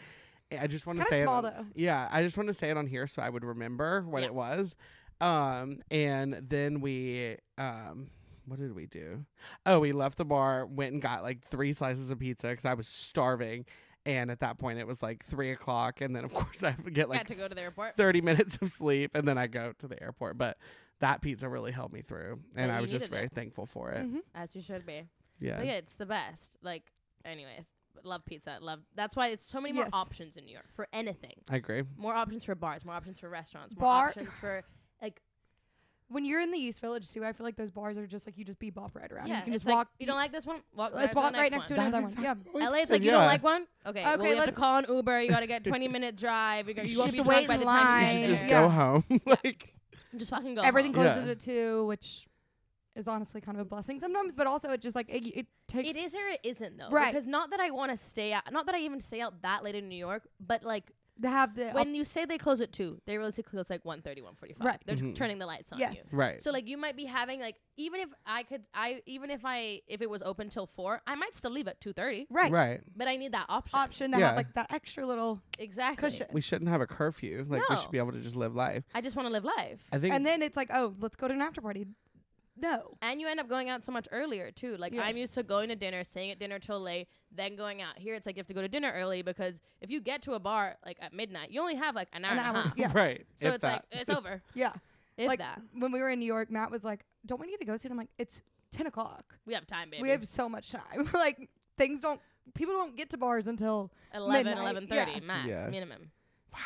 S1: And I just want to
S2: Kinda
S1: say it
S2: small,
S1: on-
S2: though.
S1: Yeah, I just want to say it on here so I would remember what
S3: Yeah.
S1: it was. Um, and then we, um, what did we do? Oh, we left the bar, went and got like three slices of pizza because I was starving. And at that point, it was like three o'clock. And then, of course, I have to get
S3: Had
S1: like
S3: to go to the airport.
S1: 30 minutes of sleep and then I go to the airport. But that pizza really held me through. And
S3: And
S1: I
S3: you
S1: was just
S3: needed
S1: very
S3: it.
S1: thankful for it.
S2: Mhm.
S3: As you should be.
S1: Yeah.
S3: But yeah, it's the best. Like, anyways, love pizza. Love. That's why it's so many
S2: Yes.
S3: more options in New York for anything.
S1: I agree.
S3: More options for bars. More options for restaurants. More
S2: Bar-
S3: options for like.
S2: When you're in the East Village too, I feel like those bars are just like you just bebop right around.
S3: yeah,
S2: you can
S3: it's
S2: just
S3: like,
S2: walk. e-
S3: You don't like this one? Walk
S2: Let's
S3: right
S2: walk right next
S3: next
S2: to
S3: one.
S2: another
S1: That's
S2: one. Yeah.
S1: exactly what
S3: LA, it's
S1: we
S3: like
S1: did,
S3: you
S1: yeah.
S3: don't like one. Okay, well,
S2: Okay,
S3: you have to
S2: let's-
S3: call an Uber. You got to get a twenty minute drive. You, got, you won't
S1: should
S3: be
S1: have to
S2: wait
S3: drunk by
S2: in
S3: the time
S1: You
S3: you
S1: should
S2: line.
S1: just
S2: Yeah.
S1: go home. like,
S3: Just fucking go.
S2: Everything
S3: home.
S1: Yeah.
S2: closes at two, which is honestly kind of a blessing sometimes, but also it just like it, it takes.
S3: It is or it isn't though,
S2: Right.
S3: Because not that I want to stay out, not that I even stay out that late in New York, but like
S2: to have the
S3: when you say they close at two, they realistically close like 1.45.
S2: Right.
S3: They're
S1: Mhm.
S3: turning the lights on you.
S2: yes,
S1: right.
S3: So like you might be having like even if I could I even if I if it was open till four I might still leave at two thirty
S2: right,
S1: right.
S3: but I need that option
S2: option to
S1: Yeah.
S2: have like that extra little
S3: exactly
S2: cushion,
S1: We shouldn't have a curfew. Like, we
S3: No.
S1: should be able to just live life.
S3: I just want to live life
S1: I think.
S2: and then it's like, oh, let's go to an after party. No,
S3: and you end up going out so much earlier too like
S2: Yes.
S3: I'm used to going to dinner staying at dinner till late then going out here it's like you have to go to dinner early because if you get to a bar like at midnight you only have like an hour
S2: An
S3: and a
S2: hour,
S3: half
S2: yeah.
S1: Right.
S3: so
S1: if
S3: it's
S1: that.
S3: like it's over
S2: yeah,
S3: if
S2: like
S3: that
S2: when we were in New York, Matt was like, "Don't we need to go soon?" I'm like, "It's ten o'clock.
S3: we have time baby
S2: We have so much time. like things don't, people don't get to bars until
S3: 11
S2: midnight,
S3: 11:30
S2: yeah.
S3: max
S1: Yeah.
S3: minimum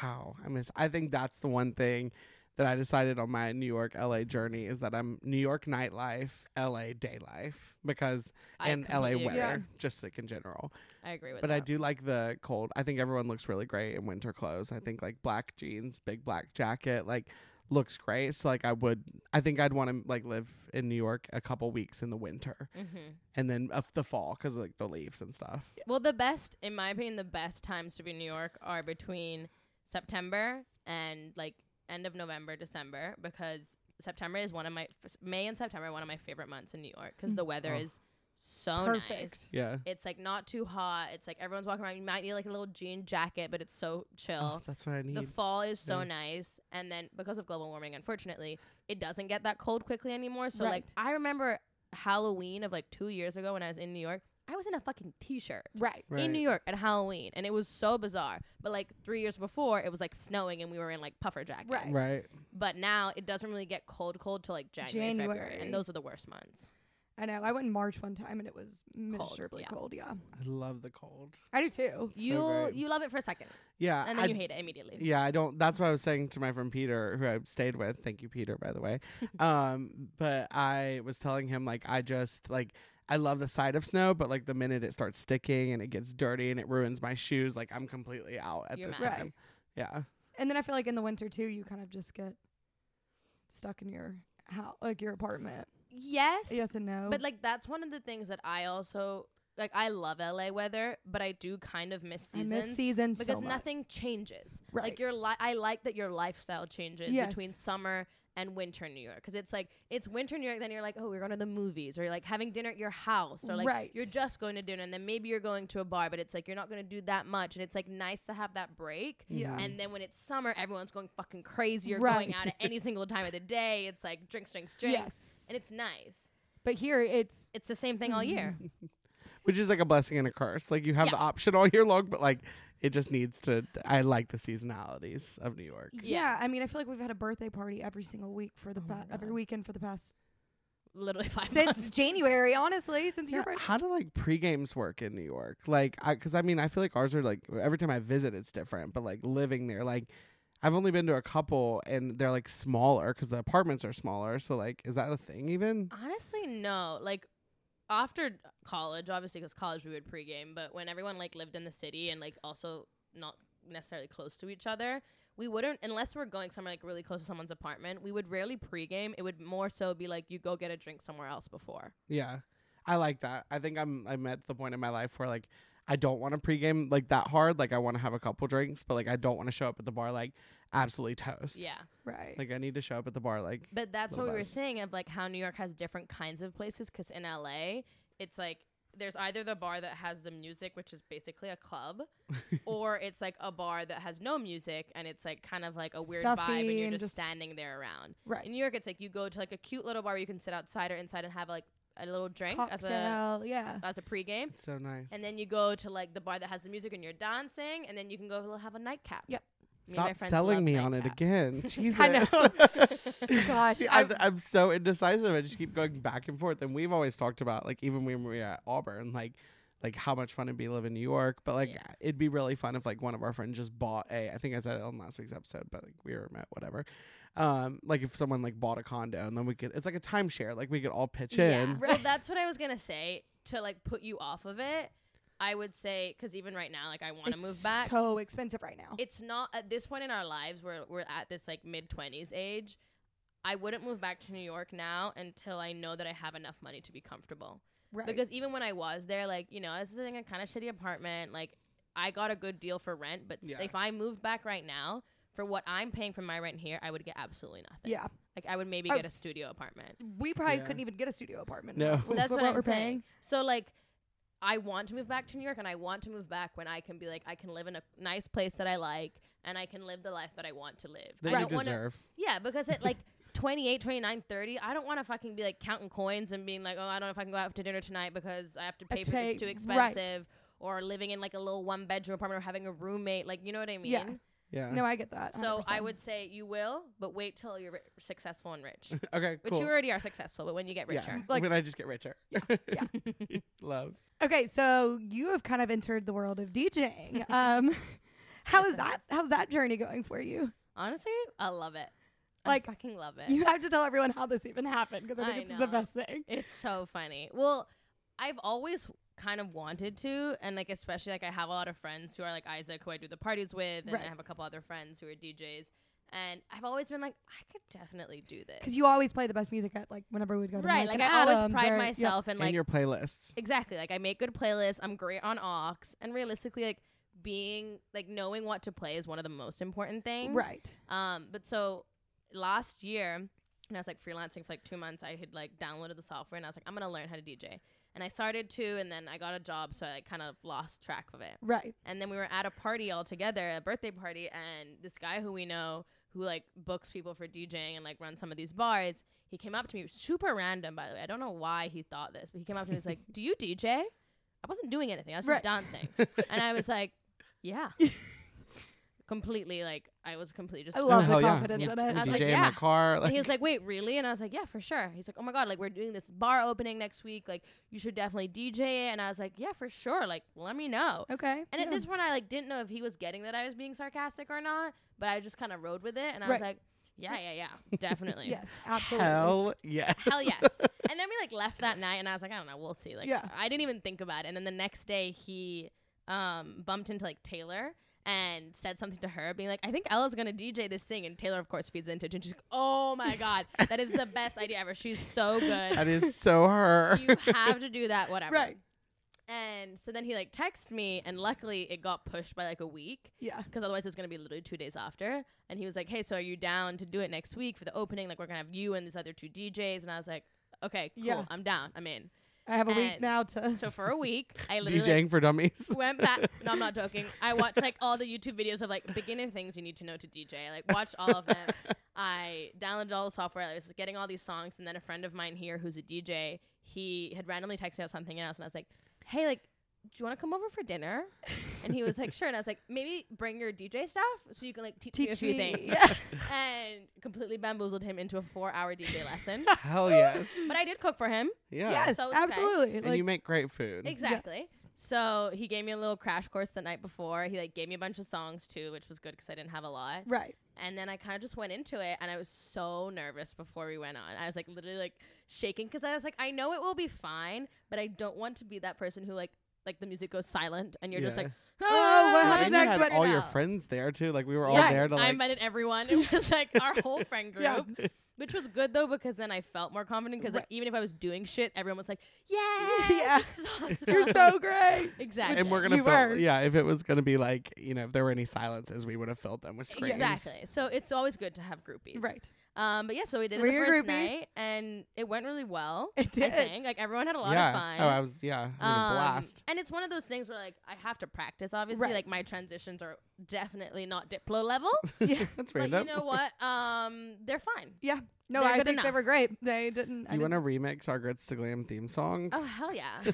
S1: wow i miss i think that's the one thing that i decided on my new york la journey is that i'm new york nightlife la day life because
S3: I
S1: and la
S3: completely
S1: weather
S3: agree.
S2: Yeah.
S1: just like in general
S3: I agree with
S1: but
S3: that
S1: i do like the cold i think everyone looks really great in winter clothes i think like black jeans big black jacket like looks great. So like I would, I think I'd want to like live in New York a couple weeks in the winter
S3: Mm-hmm.
S1: and then of the fall because like the leaves and stuff.
S3: Well, the best, in my opinion, the best times to be in New York are between September and like end of November, December, because September is one of my f- May and September are one of my favorite months in New York because the weather
S1: Oh.
S3: is so nice.
S2: Perfect.
S1: Yeah.
S3: It's like not too hot. It's like everyone's walking around. You might need like a little jean jacket, but it's so
S1: Oh,
S3: chill.
S1: that's what I need.
S3: the fall is so
S1: Yeah.
S3: nice, and then because of global warming, unfortunately, it doesn't get that cold quickly anymore. So like
S2: Right.
S3: I remember Halloween of like two years ago when I was in New York, I was in a fucking t-shirt
S2: Right.
S1: Right.
S3: in New York at Halloween, and it was so bizarre. But like three years before, it was like snowing, and we were in like puffer jackets.
S2: Right.
S1: Right.
S3: But now it doesn't really get cold, cold till like January, February,
S2: January.
S3: and those are the worst months.
S2: I know. I went in March one time and it was miserably
S3: yeah.
S2: cold. Yeah.
S1: I love the cold.
S2: I do too.
S3: You
S1: great.
S3: you love it for a second,
S1: Yeah.
S3: and then
S1: I-
S3: you hate it immediately.
S1: Yeah, I don't. That's what I was saying to my friend Peter, who I stayed with. Thank you, Peter, by the way. um, but I was telling him like I just like I love the sight of snow, but like the minute it starts sticking and it gets dirty and it ruins my shoes, like I'm completely out at
S3: You're
S1: this
S3: mad.
S2: Right.
S1: time. Yeah,
S2: And then I feel like in the winter too, you kind of just get stuck in your house, like your apartment.
S3: Yes,
S2: Yes and no.
S3: But like that's one of the things that I also like. I love LA weather, but I do kind of miss
S2: I
S3: seasons
S2: miss season
S3: because
S2: so much.
S3: nothing changes.
S2: Right.
S3: Like your li- I like that your lifestyle changes
S2: Yes.
S3: between summer and winter in New York because it's like it's winter in New York. Then you're like, oh, we're going to the movies, or you're like having dinner at your house, or like
S2: Right.
S3: you're just going to dinner, and then maybe you're going to a bar, but it's like you're not going to do that much, and it's like nice to have that break.
S2: yeah.
S1: Mm-hmm.
S3: And then when it's summer, everyone's going fucking crazy. You're going
S2: Right.
S3: out at any single time of the day. It's like drinks, drinks, drinks,
S2: yes.
S3: and it's nice
S2: but here it's
S3: it's the same thing all year.
S1: which is like a blessing and a curse. Like you have the option all year long, but like it just needs to. I like the seasonalities of New York.
S2: yeah. I mean, I feel like we've had a birthday party every single week for the
S1: Oh my
S2: pa- every weekend for the past
S3: Literally five
S2: since
S3: months.
S2: January. Honestly, since
S1: Yeah,
S2: your birthday.
S1: how do like pre games work in New York? Like, I because I mean, I feel like ours are like every time I visit, it's different. But like living there, like I've only been to a couple, and they're like smaller because the apartments are smaller. So like, is that a thing even?
S3: Honestly, no. Like after college, obviously, because college we would pregame, but when everyone like lived in the city and like also not necessarily close to each other, we wouldn't unless we're going somewhere like really close to someone's apartment. We would rarely pregame. It would more so be like you go get a drink somewhere else before.
S1: Yeah, I like that. I think I'm I'm at the point in my life where like I don't want to pregame like that hard. Like I want to have a couple drinks, but like I don't want to show up at the bar like absolutely toast.
S3: Yeah,
S2: Right.
S1: like I need to show up at the bar like
S3: but that's
S1: Little
S3: what we were
S1: buzz.
S3: saying of like how New York has different kinds of places. Because in LA, it's like there's either the bar that has the music, which is basically a club, or it's like a bar that has no music and it's like kind of like a weird vibe
S2: Stuffy
S3: and you're
S2: and
S3: just,
S2: just-
S3: standing there around.
S2: right.
S3: In New York, it's like you go to like a cute little bar where you can sit outside or inside and have like a little drink as a
S2: Cocktail. yeah.
S3: as a pregame,
S1: it's so nice.
S3: and then you go to like the bar that has the music and you're dancing, and then you can go have a nightcap.
S2: Yep.
S3: Me and my
S1: Stop
S3: friends
S1: selling
S3: love
S1: me on it
S3: nightcaps.
S1: again. Jesus.
S2: I know. Gosh,
S1: See,
S2: I-
S1: I, I'm so indecisive. I just keep going back and forth. And we've always talked about, like, even when we were at Auburn, like, like how much fun it'd be to live in New York. But like,
S3: Yeah.
S1: it'd be really fun if like one of our friends just bought a. I think I said it on last week's episode, but like we were met whatever. Um, like if someone like bought a condo and then we could, it's like a timeshare. Like we could all pitch
S3: Yeah.
S1: in.
S3: Well, that's what I was gonna say to like put you off of it. I would say because even right now, like I want to
S2: it's
S3: move back.
S2: So expensive right now.
S3: it's not at this point in our lives where we're at this like mid 20s age i wouldn't move back to new york now until i know that i have enough money to be comfortable
S2: right.
S3: because even when i was there like you know i was living in a kind of shitty apartment like i got a good deal for rent but s
S1: Yeah.
S3: if i moved back right now for what i'm paying for my rent here i would get absolutely nothing
S2: yeah.
S3: like i would maybe
S2: I
S3: get a
S2: was-
S3: studio apartment
S2: We probably
S1: Yeah.
S2: couldn't even get a studio apartment.
S1: No.
S2: with
S3: that's what,
S2: what
S3: I'm
S2: we're
S3: saying.
S2: paying.
S3: So like, I want to move back to New York, and I want to move back when I can be like, I can live in a nice place that I like, and I can live the life that I want to live.
S1: That
S3: I
S1: you
S3: don't wanna-
S1: deserve.
S3: yeah, because at like 28, 29, 30, I don't want to fucking be like counting coins and being like, oh, I don't know if I can go out to dinner tonight because I have to
S2: I
S3: pay, because it's
S2: pay-
S3: too
S2: right.
S3: expensive. Or living in like a little one bedroom apartment or having a roommate, like you know what I mean.
S2: Yeah.
S1: Yeah.
S2: No, I get that.
S3: So I
S2: 100%.
S3: would say you will, but wait till you're ri- successful and rich,
S1: okay.
S3: which
S1: cool.
S3: you already are successful. But when you get richer,
S1: Yeah.
S2: Like-
S1: when I just get richer.
S2: Yeah.
S1: Love.
S2: Okay, so you have kind of entered the world of DJing. Um, how is
S3: Yes, I have.
S2: that? How's that journey going for you?
S3: Honestly, I love it.
S2: Like,
S3: I fucking love it.
S2: You have to tell everyone how this even happened because I think
S3: Eh. I
S2: it's
S3: know.
S2: the best thing.
S3: It's so funny. Well, I've always kind of wanted to, and like especially like I have a lot of friends who are like Isaac, who I do the parties with, and
S2: Right.
S3: I have a couple other friends who are DJs, And I've always been like, I could definitely do this.
S2: Because you always play the best music at like whenever we would go to
S3: right.
S2: Mike
S3: Like
S2: and
S3: I always
S2: Adam's
S3: pride
S2: or- yep.
S3: myself in like
S1: in your playlists.
S3: Exactly. Like I make good playlists. I'm great on aux, and realistically, like being like knowing what to play is one of the most important things.
S2: Right.
S3: Um. But so last year, when I was like freelancing for like two months, I had like downloaded the software, and I was like, I'm gonna learn how to DJ. And I started to, and then I got a job, so I like, kind of lost track of it.
S2: Right.
S3: And then we were at a party all together, a birthday party, and this guy who we know who like books people for DJing and like runs some of these bars, he came up to me, super random by the way. I don't know why he thought this, but he came up to me and was like, Do you DJ? I wasn't doing anything, I was
S2: Right.
S3: just dancing. and I was like, Yeah. completely like I was completely just
S2: I love
S1: hell
S2: the
S1: yeah.
S2: confidence
S3: Yeah.
S2: in
S3: I
S2: it.
S3: was
S1: DJ
S3: like,
S1: in my
S3: yeah.
S1: car. Like,
S3: and he was like, "Wait, really?" And I was like, "Yeah, for sure." He's like, "Oh my god, like we're doing this bar opening next week. Like you should definitely DJ it." And I was like, "Yeah, for sure. Like let me know."
S2: okay.
S3: And at
S2: yeah.
S3: this point, I like didn't know if he was getting that I was being sarcastic or not, but I just kind of rode with it, and I was
S2: Right.
S3: like, yeah, yeah, yeah, definitely,
S2: Yes, absolutely.
S1: hell yes.
S3: hell yes. And then we like left that night, and I was like, I don't know, we'll see. Like,
S2: Yeah.
S3: I didn't even think about it. And then the next day, he um bumped into like Taylor. And said something to her, being like, "I think Ella's gonna DJ this thing," and Taylor, of course, feeds into it, and she's like, "Oh my god, that is the best idea ever. She's so good
S1: that is so her.
S3: you have to do that, whatever.
S2: Right.
S3: And so then he like texts me, and luckily it got pushed by like a week
S2: Yeah.
S3: because otherwise it was gonna be literally two days after. And he was like, "Hey, so are you down to do it next week for the opening? Like we're gonna have you and these other two DJs." And I was like, "Okay, cool,
S2: Yeah.
S3: I'm down, I'm in."
S2: I have a week
S3: And
S2: now to.
S3: So for a week, I literally like,
S1: DJing for dummies.
S3: went back. No, I'm not joking. I watched like all the YouTube videos of like beginner things you need to know to DJ. I, like watched all of them. I downloaded all the software. I was getting all these songs, and then a friend of mine here who's a DJ, he had randomly texted me about something else, and I was like, "Hey, like, do you want to come over for dinner?" And he was like, "Sure." And I was like, "Maybe bring your DJ stuff so you can like teach, me a
S2: Teach
S3: few
S2: me.
S3: things."
S2: Yeah.
S3: And completely bamboozled him into a four-hour DJ lesson.
S1: Hell yes.
S3: But I did cook for him.
S1: Yeah.
S2: Yes,
S3: So it's okay.
S2: absolutely.
S1: And
S2: Like,
S1: you make great food.
S3: Exactly.
S2: Mm, Yes.
S3: So he gave me a little crash course the night before. He like gave me a bunch of songs too, which was good because I didn't have a lot.
S2: right.
S3: And then I kind of just went into it, and I was so nervous before we went on. I was like literally like shaking because I was like, I know it will be fine, but I don't want to be that person who like like the music goes silent and you're just
S1: Yeah.
S3: like,
S2: Oh, what
S3: "Ah!"
S1: Well,
S2: happens
S1: and you
S2: next?
S1: had
S2: What-
S1: all your
S3: Yeah.
S1: friends there too. Like we were all
S3: Yeah,
S1: there to
S3: I
S1: like.
S3: invited everyone. It was like our whole friend group,
S2: Yeah.
S3: which was good though because then I felt more confident because like even if I was doing shit, everyone was like, "Yeah,
S2: Yeah.
S3: this is awesome.
S2: You're so great.
S3: exactly."
S1: and we're gonna
S2: You
S1: fill.
S2: were.
S1: Yeah, if it was gonna be like you know if there were any silences, we would have filled them with screams.
S3: Exactly. So it's always good to have groupies.
S2: Right.
S3: Um, but yeah, so we did
S2: Were
S3: it the
S2: you a
S3: first
S2: groupie?
S3: night and it went really well.
S2: It
S3: I
S2: did.
S3: think. Like everyone had a lot
S1: yeah.
S3: of fun.
S1: Oh, I was yeah. It was a
S3: Um,
S1: blast.
S3: And it's one of those things where like I have to practice obviously.
S2: Right.
S3: Like my transitions are definitely not diplo level.
S2: Yeah.
S1: That's
S3: but
S1: random.
S3: you know what? Um they're fine.
S2: Yeah. No,
S3: They're
S2: I
S3: good
S2: think they
S3: enough.
S2: were great. They didn't. I
S1: you want
S2: didn't
S1: to remix our Grits to Glam theme song?
S3: Oh hell yeah.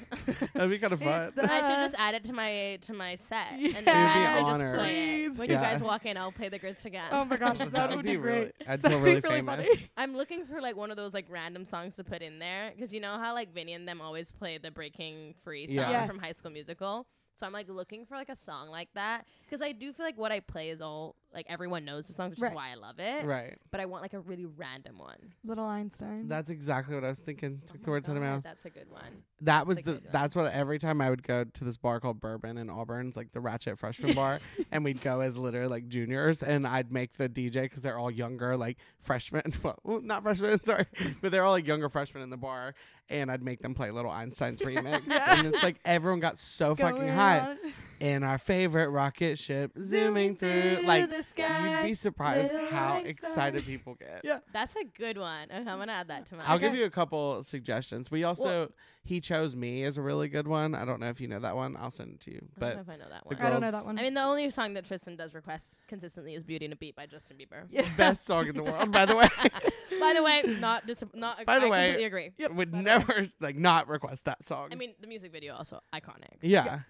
S1: That'd be kind of fun.
S2: It's the-
S3: I should just add it to my to my set.
S2: Uh-huh. Yeah.
S3: And
S2: You'd be
S3: then randomly just
S1: honored.
S3: play it.
S2: Please.
S3: When
S1: Yeah.
S3: you guys walk in, I'll play the grids again.
S2: oh my gosh,
S1: That
S2: that
S1: would
S2: would be
S1: really-
S2: great.
S1: I'd
S2: That'd
S1: feel
S2: be
S1: really
S2: really
S1: famous.
S2: funny.
S3: I'm looking for like one of those like random songs to put in there because you know how like Vinny and them always play the Breaking Free song
S1: Yeah.
S3: from High
S2: Yes.
S3: School Musical. So I'm like looking for like a song like that because I do feel like what I play is all like everyone knows the song, which
S2: Right.
S3: is why I love it.
S1: Right.
S3: But I want like a really random one.
S2: Little Einstein.
S1: That's exactly what I was thinking.
S3: Oh
S1: Took
S3: my
S1: the words out of my
S3: God,
S1: mouth.
S3: That's a good one.
S1: That was
S3: a
S1: the.
S3: good one.
S1: That's what every time I would go to this bar called Bourbon in Auburn's, like the Ratchet Freshman Bar, and we'd go as literally like juniors, and I'd make the DJ because they're all younger, like freshmen. Well, ooh, not freshmen, sorry, but they're all like younger freshmen in the bar, and I'd make them play Little Einstein's remix, and it's like everyone got so fucking
S2: Going
S1: high.
S2: on,
S1: In our favorite rocket ship zooming through, like
S2: the
S1: you'd
S2: sky.
S1: be surprised
S2: Little
S1: how
S2: Einstein.
S1: excited people get.
S2: Yeah.
S3: That's a good one. Okay, I'm gonna add that to my.
S1: I'll give you a couple suggestions. We also
S3: Well-
S1: he chose me as a really good one. I don't know if you know that one. I'll send it to you.
S3: I don't know
S1: But
S3: if I know that
S1: the
S3: one.
S2: I don't know
S1: girls-
S2: that one.
S3: I mean, the only song that Tristan does request consistently is "Beauty and a Beat" by Justin Bieber.
S2: yeah.
S1: best song in the world, by the way.
S3: By the way, not dis- not.
S1: By the
S3: I
S1: way-
S3: completely agree.
S1: Would
S3: by the way.
S1: never like not request that song.
S3: I mean, the music video also iconic.
S1: yeah.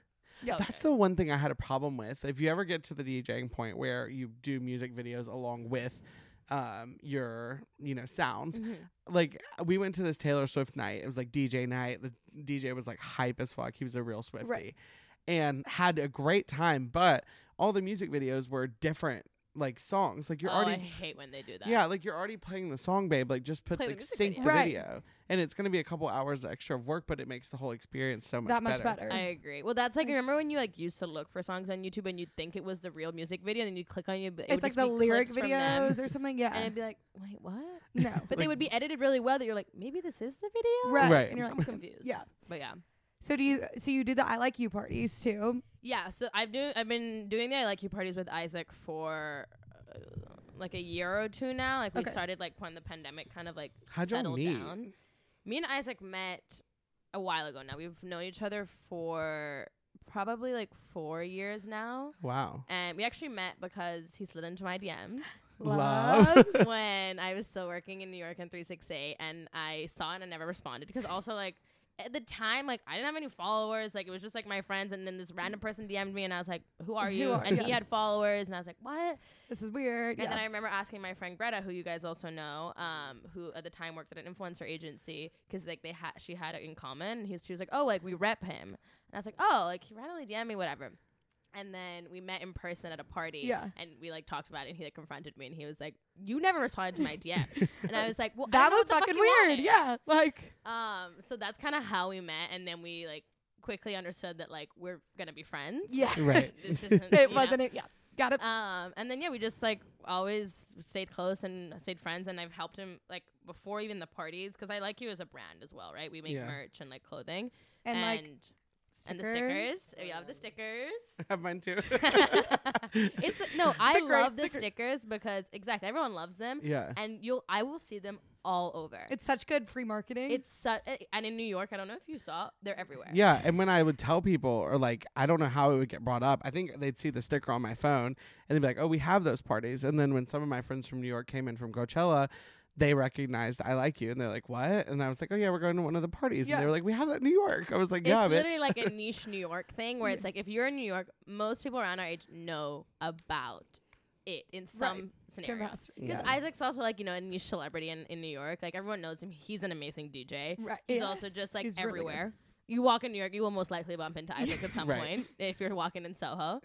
S2: Yeah.
S3: So
S1: That's
S3: good.
S1: the one thing I had a problem with. If you ever get to the DJing point where you do music videos along with um your you know sounds
S3: Mhm.
S1: like we went to this Taylor Swift night. It was like DJ night. The DJ was like hype as fuck. He was a real Swifty,
S2: Right.
S1: and had a great time. But all the music videos were different like songs. Like you're
S3: oh, I
S1: already
S3: hate when they do that.
S1: yeah, like you're already playing the song, babe. Like just put
S3: Play the
S1: like
S3: music
S1: sync
S3: video.
S1: the
S2: Right.
S1: video, and it's gonna be a couple hours extra of work, but it makes the whole experience so much
S2: that much
S1: better.
S2: better.
S3: I agree. Well, that's like
S2: Like-
S3: remember when you like used to look for songs on YouTube and you'd think it was the real music video, and then you'd click on you. But it would
S2: it's like
S3: just
S2: the
S3: be
S2: lyric
S3: clips from them,
S2: videos or something. Yeah.
S3: and it'd be like, wait, what?
S2: no.
S3: But they
S1: Like-
S3: would be edited really well. That you're like, maybe this is the video.
S2: Right.
S1: Right.
S2: And you're
S3: I'm
S2: like,
S3: confused.
S2: yeah.
S3: But yeah.
S2: So do you? So you do the I like you parties too?
S3: Yeah, so I've do I've been doing the I like you parties with Isaac for uh, like a year or two now. Like we
S2: Okay.
S3: started like when the pandemic kind of like
S1: How'd y'all
S3: settled
S1: meet?
S3: down. Me and Isaac met a while ago now. We've known each other for probably like 4 years now.
S1: Wow,
S3: And we actually met because he slid into my DMs
S1: love.
S3: when I was still working in New York in 368 and I saw it and I never responded because also like at the time like I didn't have any followers like it was just like my friends and then this random person DM'd me and I was like who are
S2: Mm. Who
S3: you
S2: are-
S3: and he
S2: yeah.
S3: had followers and I was like what
S2: This is weird.
S3: and then
S2: yeah.
S3: I remember asking my friend Greta who you guys also know um who at the time worked at an influencer agency cuz like they had she had it in common and he was, she was like oh like we rep him and I was like oh like he randomly DM'd me whatever and then we met in person at a party
S2: Yeah.
S3: and we like talked about it and he like confronted me and he was like you never responded to my DM and I was like, well, I
S2: that
S3: don't know
S2: was
S3: what the fuck
S2: fucking
S3: you
S2: weird.
S3: wanted.
S2: Yeah. Like
S3: Um. So that's kind of how we met, and then we like quickly understood that like we're gonna be friends.
S2: yeah.
S1: Right.
S3: This isn't, you
S2: it
S3: know?
S2: wasn't it. Yeah. Got it.
S3: Um. And then yeah, we just like always stayed close and stayed friends, and I've helped him like before even the parties because I like you as a brand as well, right? We make
S1: Yeah.
S3: merch and like clothing
S2: and like
S3: and the stickers. We love the stickers.
S1: Have mine too.
S3: it's no, I
S2: great
S3: love the
S2: sticker.
S3: stickers because exactly everyone loves them,
S1: yeah.
S3: and you'll I will see them all over.
S2: It's such good free marketing.
S3: It's such, and in New York, I don't know if you saw, they're everywhere.
S1: Yeah, and when I would tell people, or like, I don't know how it would get brought up. I think they'd see the sticker on my phone, and they'd be like, "Oh, we have those parties." And then when some of my friends from New York came in from Coachella, they recognized "I Like You," and they're like, "What?" And I was like, "Oh yeah, we're going to one of the parties."
S2: Yeah.
S1: And they were like, "We have that in New York." I was like, "Yeah,
S3: it's literally
S1: bitch."
S3: like a niche New York thing where it's like if you're in New York, most people around our age know about it in some
S2: Kim
S3: scenario.
S2: Possible.
S3: Because
S1: Yeah.
S3: Isaac's also like you know a niche celebrity in, in New York. Like everyone knows him. He's an amazing DJ.
S2: Right.
S3: He's also
S2: Yes.
S3: just like
S2: He's really good.
S3: everywhere. you walk in New York, you will most likely bump into Isaac at some
S1: Right.
S3: point if you're walking in Soho.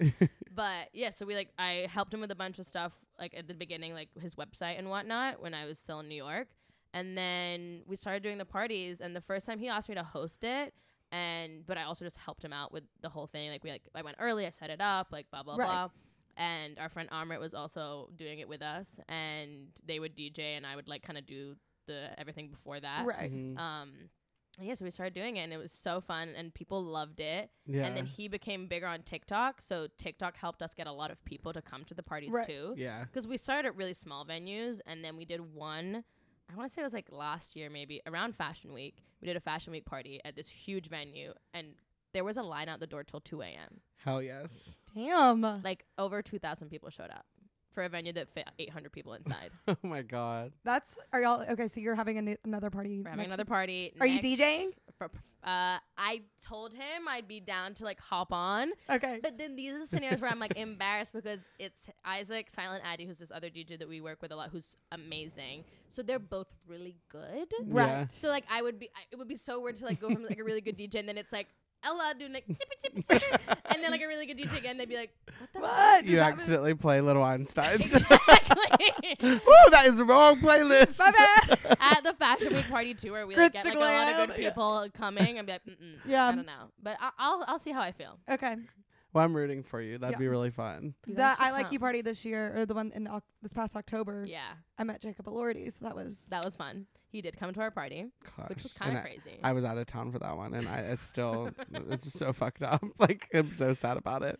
S3: but yeah, so we like I helped him with a bunch of stuff like at the beginning, like his website and whatnot when I was still in New York. And then we started doing the parties and the first time he asked me to host it and but I also just helped him out with the whole thing. Like we like I went early, I set it up, like blah blah
S2: Right.
S3: blah. And our friend Amrit was also doing it with us and they would DJ and I would like kind of do the everything before that.
S2: Right.
S1: Mhm.
S3: Um and yeah, so we started doing it and it was so fun and people loved it.
S1: yeah.
S3: And then he became bigger on TikTok. So TikTok helped us get a lot of people to come to the parties
S2: Right.
S3: too.
S1: yeah.
S3: Because we started at really small venues and then we did one, I want to say it was like last year maybe, around Fashion Week. We did a Fashion Week party at this huge venue and there was a line out the door till 2 a.m.
S1: Hell yes.
S2: Damn.
S3: Like over 2,000 people showed up for a venue that fit 800 people inside.
S1: oh my god.
S2: That's are y'all okay? So you're having a new, another party.
S3: We're having
S2: next-
S3: another party.
S2: Are you
S3: next-
S2: DJing?
S3: for- Uh, I told him I'd be down to like hop on.
S2: Okay.
S3: But then these are scenarios where I'm like embarrassed because it's Isaac, Silent Addy, who's this other DJ that we work with a lot, who's amazing. So they're both really good.
S1: Yeah.
S2: Right.
S3: So like I would be, I, it would be so weird to like go from like a really good DJ and then it's like Ella doing like tippy tippy, tippy, and then like a really good DJ again. They'd be like, what the
S2: What?
S1: You
S2: Does that
S1: accidentally play Little Einsteins.
S3: fuck? Exactly.
S1: oh, that is the wrong playlist.
S2: My bad.
S3: At the fashion week party too, where we like
S2: Grits
S3: get like
S2: and
S3: a lot of good
S2: glam, yeah.
S3: people coming, and be like, Mm-mm,
S2: Yeah.
S3: I don't know, but I, I'll I'll see how I feel.
S2: okay.
S1: Well, I'm rooting for you. That'd
S2: Yeah.
S1: be really fun.
S3: You
S2: The
S3: guys should
S2: I like you
S3: come.
S2: party this year, or the one in Oc- this past October.
S3: Yeah,
S2: I met Jacob Elordi, so that was
S3: that was fun. He did come to our party,
S1: Gosh.
S3: which was
S1: And
S3: kind of
S1: I-
S3: crazy.
S1: I was out of town for that one, and I it's still it's just so fucked up. Like I'm so sad about it.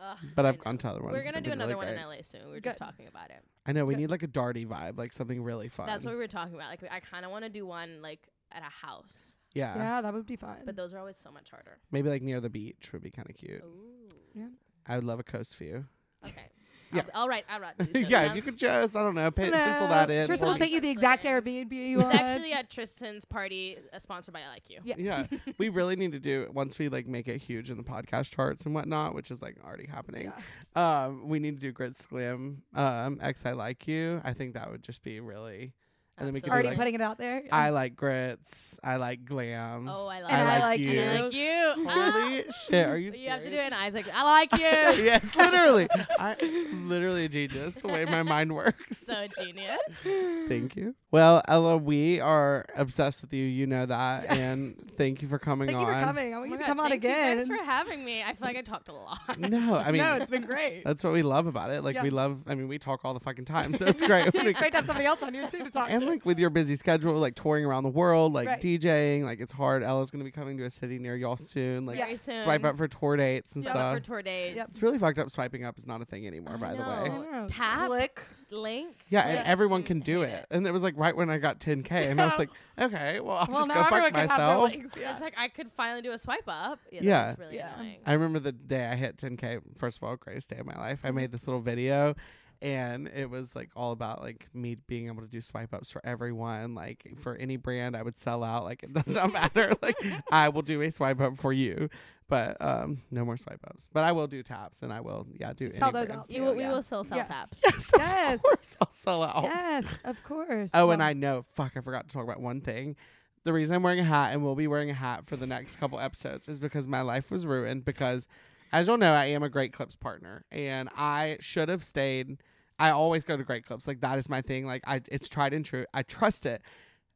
S3: Ugh,
S1: But
S3: I
S1: I've
S3: know.
S1: gone to other ones.
S3: We're gonna
S1: They've
S3: do
S1: been
S3: another
S1: really
S3: one in
S1: great.
S3: LA soon. We were just
S2: Good.
S3: talking about it.
S1: I know we
S2: Good.
S1: need like a darty vibe, like something really fun.
S3: That's what we were talking about. Like I kind of want to do one like at a house,
S1: yeah.
S2: yeah, that would be fun.
S3: but those are always so much harder.
S1: maybe like near the beach would be kind of cute.
S3: Ooh.
S2: Yeah.
S1: I would love a coast view.
S3: Okay.
S1: Yeah.
S3: I'll, I'll write. I'll write. These notes
S1: yeah,
S3: down.
S1: if you could just I don't know pin, pencil
S2: No,
S1: that in.
S2: Tristan will
S1: Or-
S3: Well,
S2: send you the exact
S3: Tristan.
S2: Airbnb you
S3: It's
S2: want.
S3: actually at Tristan's party, uh, sponsored by I Like You.
S2: yes.
S1: Yeah, we really need to do once we like make it huge in the podcast charts and whatnot, which is like already happening.
S2: Yeah.
S1: Um, we need to do Grits Glam, um, X I Like You. I think that would just be really And then we could be
S2: Already
S1: like,
S2: putting it out there.
S1: I like grits. I like glam.
S3: oh, I like,
S1: I
S3: it.
S1: like
S3: And I
S1: you.
S3: like you.
S1: Holy shit! Are you?
S3: Ah. you have to do
S1: serious?
S3: an Isaac. I like you.
S1: yes, literally. I literally genius the way my mind works.
S3: so genius.
S1: Thank you. Well, Ella, we are obsessed with you. You know that, and thank you for coming
S2: Thank
S1: on.
S2: you for coming. I want
S3: Oh
S2: you
S3: my
S2: to
S3: God,
S2: come on
S3: thank you
S2: again.
S3: guys for having me. I feel like I talked a lot.
S1: No, I mean uh,
S2: no, it's been great.
S1: that's what we love about it. Like
S2: Yeah.
S1: we love. I mean, we talk all the fucking time, so it's great.
S2: Yeah, it's great to have somebody else on here too to talk
S1: and
S2: to.
S1: like with your busy schedule, like touring around the world, like
S2: Right.
S1: DJing, like it's hard. Ella's gonna be coming to a city near y'all soon. Like
S3: Very
S2: Yeah.
S3: soon.
S1: swipe up for tour dates and
S3: Swipe
S1: stuff.
S3: up for tour dates.
S2: Yep.
S1: it's really fucked up. Swiping up is not a thing anymore,
S3: I
S1: by the
S3: know.
S1: way.
S3: Oh, tap.
S2: Click.
S3: Link.
S1: Yeah, and
S2: Yeah.
S1: everyone
S3: Mm,
S1: can do
S3: hate
S1: it. And it was like right when I got 10K, and I was
S2: Yeah.
S1: like, okay, well, I'll
S2: Well,
S1: just
S2: now
S1: go
S2: everyone
S1: fuck
S2: can have their
S1: myself.
S2: links.
S3: It's like I could finally do a swipe up. Yeah,
S1: Yeah.
S3: that's really
S2: Yeah.
S3: annoying.
S1: I remember the day I hit 10K, first of all, greatest day of my life. I made this little video, and it was like all about like me being able to do swipe ups for everyone. Like for any brand, I would sell out. Like it does not matter. like I will do a swipe up for you, but um, no more swipe ups. But I will do taps, and I will, yeah, do
S2: Sell
S1: any
S2: those
S1: brand.
S2: out.
S3: You, will- we
S2: Yeah.
S3: will still sell
S2: Yeah.
S3: taps.
S1: Yes,
S2: Yes.
S1: of course, I'll sell out.
S2: Yes, of course.
S1: Oh, and
S2: Well,
S1: I know. Fuck, I forgot to talk about one thing. The reason I'm wearing a hat and will be wearing a hat for the next couple episodes is because my life was ruined. Because, as you'll know, I am a Great Clips partner, and I should have stayed. I always go to Great Clips. Like that is my thing. Like I, it's tried and true. I trust it.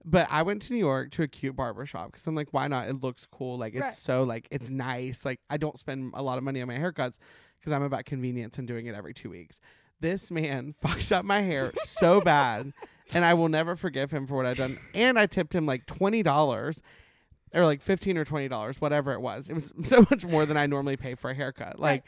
S1: But I went to New York to a cute barber shop because I'm like, why not? It looks cool. Like it's
S2: Right.
S1: so like it's nice. Like I don't spend a lot of money on my haircuts because I'm about convenience and doing it every two weeks. This man fucked up my hair so bad, and I will never forgive him for what I've done. And I tipped him like twenty dollars, or like fifteen or twenty dollars, whatever it was. It was so much more than I normally pay for a haircut. Like,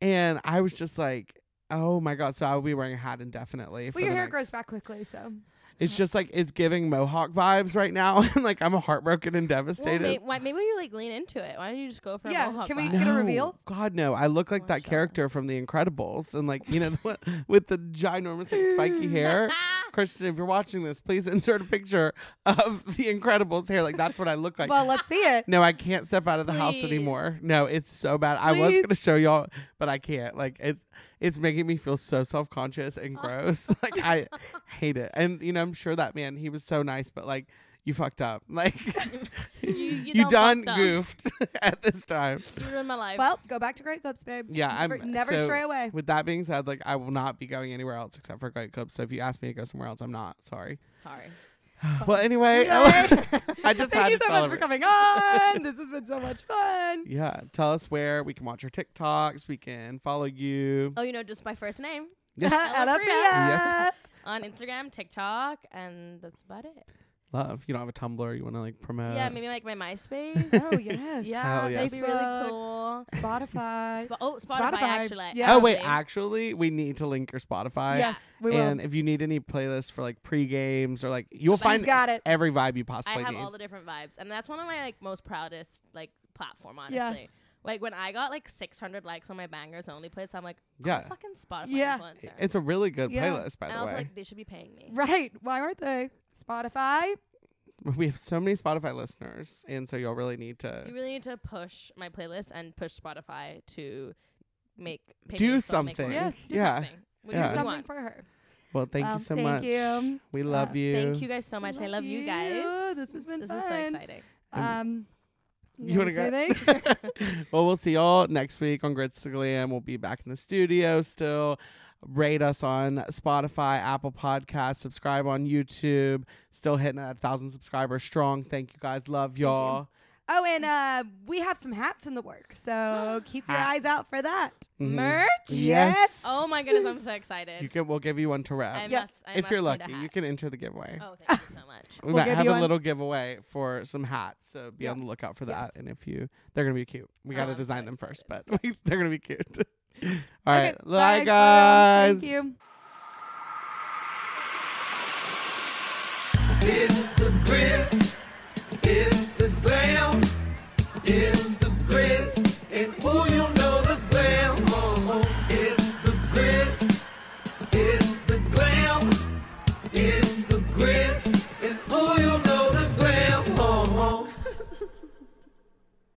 S1: and I was just like, oh my god. So I will be wearing a hat indefinitely. for
S2: well, your
S1: the
S2: hair
S1: next-
S2: grows back quickly, so
S1: It's just like it's giving mohawk vibes right now, and like I'm heartbroken and
S3: Well,
S1: devastated.
S3: may, why, maybe you like lean into it. Why don't you just go for
S2: Yeah,
S3: a mohawk?
S2: can we
S3: vibe?
S2: get a reveal?
S1: God no! I look like
S3: One
S1: that
S3: shot.
S1: character from The Incredibles, and like you know, the one with the ginormous like, spiky hair. Christian, if you're watching this, please insert a picture of The Incredibles hair. Like that's what I look like.
S2: well, let's see it.
S1: no, I can't step out of the house anymore. No, it's so bad. I was
S2: Please.
S1: gonna show y'all, but I can't. Like it, it's making me feel so self conscious and gross. like I hate it. And you know, I'm sure that man, he was so nice, but like you fucked up. Like
S3: you,
S1: you,
S3: you,
S1: done
S3: fucked up.
S1: goofed at this time.
S3: You ruined my life.
S2: Well, go back to great clips, babe.
S1: Yeah, I'm-
S2: never, never
S1: so-
S2: stray away.
S1: With that being said, like I will not be going anywhere else except for Great Club. So if you ask me to go somewhere else, I'm not. Sorry.
S3: sorry.
S1: Well, anyway,
S2: Anyway.
S1: I just had
S2: Thank you
S1: to
S2: so much for
S1: celebrate.
S2: coming on. this has been so much fun.
S1: Yeah, tell us where we can watch your TikToks. We can follow you.
S3: Oh, you know, just my first name
S1: Yes,
S2: Ella
S3: Priya.
S2: Priya.
S1: Yes.
S3: on Instagram, TikTok, and that's about it.
S1: love. You don't have a Tumblr. You want to like promote?
S3: yeah, maybe like my MySpace.
S2: Oh yes.
S3: yeah,
S1: Uh, Hell
S3: that'd be really
S2: yes.
S3: cool.
S2: Spotify.
S3: Spo- oh, Spotify,
S2: Spotify,
S3: actually.
S2: yeah.
S1: Oh wait,
S3: actually.
S1: actually, we need to link your Spotify.
S2: yes, we will.
S1: And if you need any playlists for like pre games or like, you'll
S2: She's
S1: find
S2: got it.
S1: every vibe you
S3: I
S1: possibly
S3: have
S1: need.
S3: all the different vibes, and that's one of my like most proudest like platform, honestly.
S2: Yeah.
S3: Like when I got like 600 likes on my bangers only place, I'm like, I'm
S1: yeah,
S3: a fucking Spotify
S2: Yeah.
S3: influencer.
S1: it's a really good
S2: Yeah.
S1: playlist, by
S3: and
S1: the
S3: I was
S1: way.
S3: like, they should be paying
S1: e-
S3: me.
S2: Right? Why aren't they? Spotify.
S1: we have so many Spotify listeners, and so you'll really need to
S3: You really need to push my playlist and push Spotify to make pay
S1: Do
S3: me so I'll make
S1: something.
S3: more.
S2: Yes.
S3: Do
S1: Yeah.
S3: something. We
S1: Yeah.
S2: Do
S3: do
S2: something
S3: want.
S2: for her.
S1: Well, thank
S3: Um,
S2: Well,
S1: you so
S2: thank
S1: much.
S2: you.
S1: We
S2: Uh,
S1: love you.
S3: Thank you guys so much. I love you, guys.
S2: This has been
S3: This
S2: fun.
S3: is so exciting.
S2: Um,
S1: Mm. You want to
S2: notice anything?
S1: go? well, we'll see y'all next week on Grits to Glam. We'll be back in the studio still. Rate us on Spotify, Apple Podcasts, subscribe on YouTube. Still hitting that thousand subscribers strong. Thank you guys. Love
S2: you.
S1: y'all.
S2: Oh, and uh, we have some hats in the work, so keep your eyes out for that.
S1: Mhm.
S3: Merch?
S1: Yes.
S3: Oh my goodness, I'm so
S1: You
S3: excited.
S1: can. We'll give you one to
S3: I
S1: wrap.
S2: Yeah.
S3: must. I
S1: If
S3: must
S1: you're
S3: need a
S1: lucky,
S3: hat.
S1: you can enter the giveaway.
S3: Oh, thank you so much.
S1: We
S2: We'll
S1: might
S2: give
S1: have
S2: you
S1: a
S2: one.
S1: little giveaway for some hats, so be
S2: Yeah.
S1: on the lookout for that.
S2: Yes.
S1: And if you, they're gonna be cute. We
S3: Oh,
S1: gotta
S3: I'm so
S1: design them first, but
S3: excited.
S1: they're gonna be cute. All right,
S2: Okay,
S1: bye,
S2: bye,
S1: guys.
S2: Thank you.
S4: It's the grits. It's the glam. It's the grits. And ooh, you know the glam. Oh, it's the grits. It's the glam. It's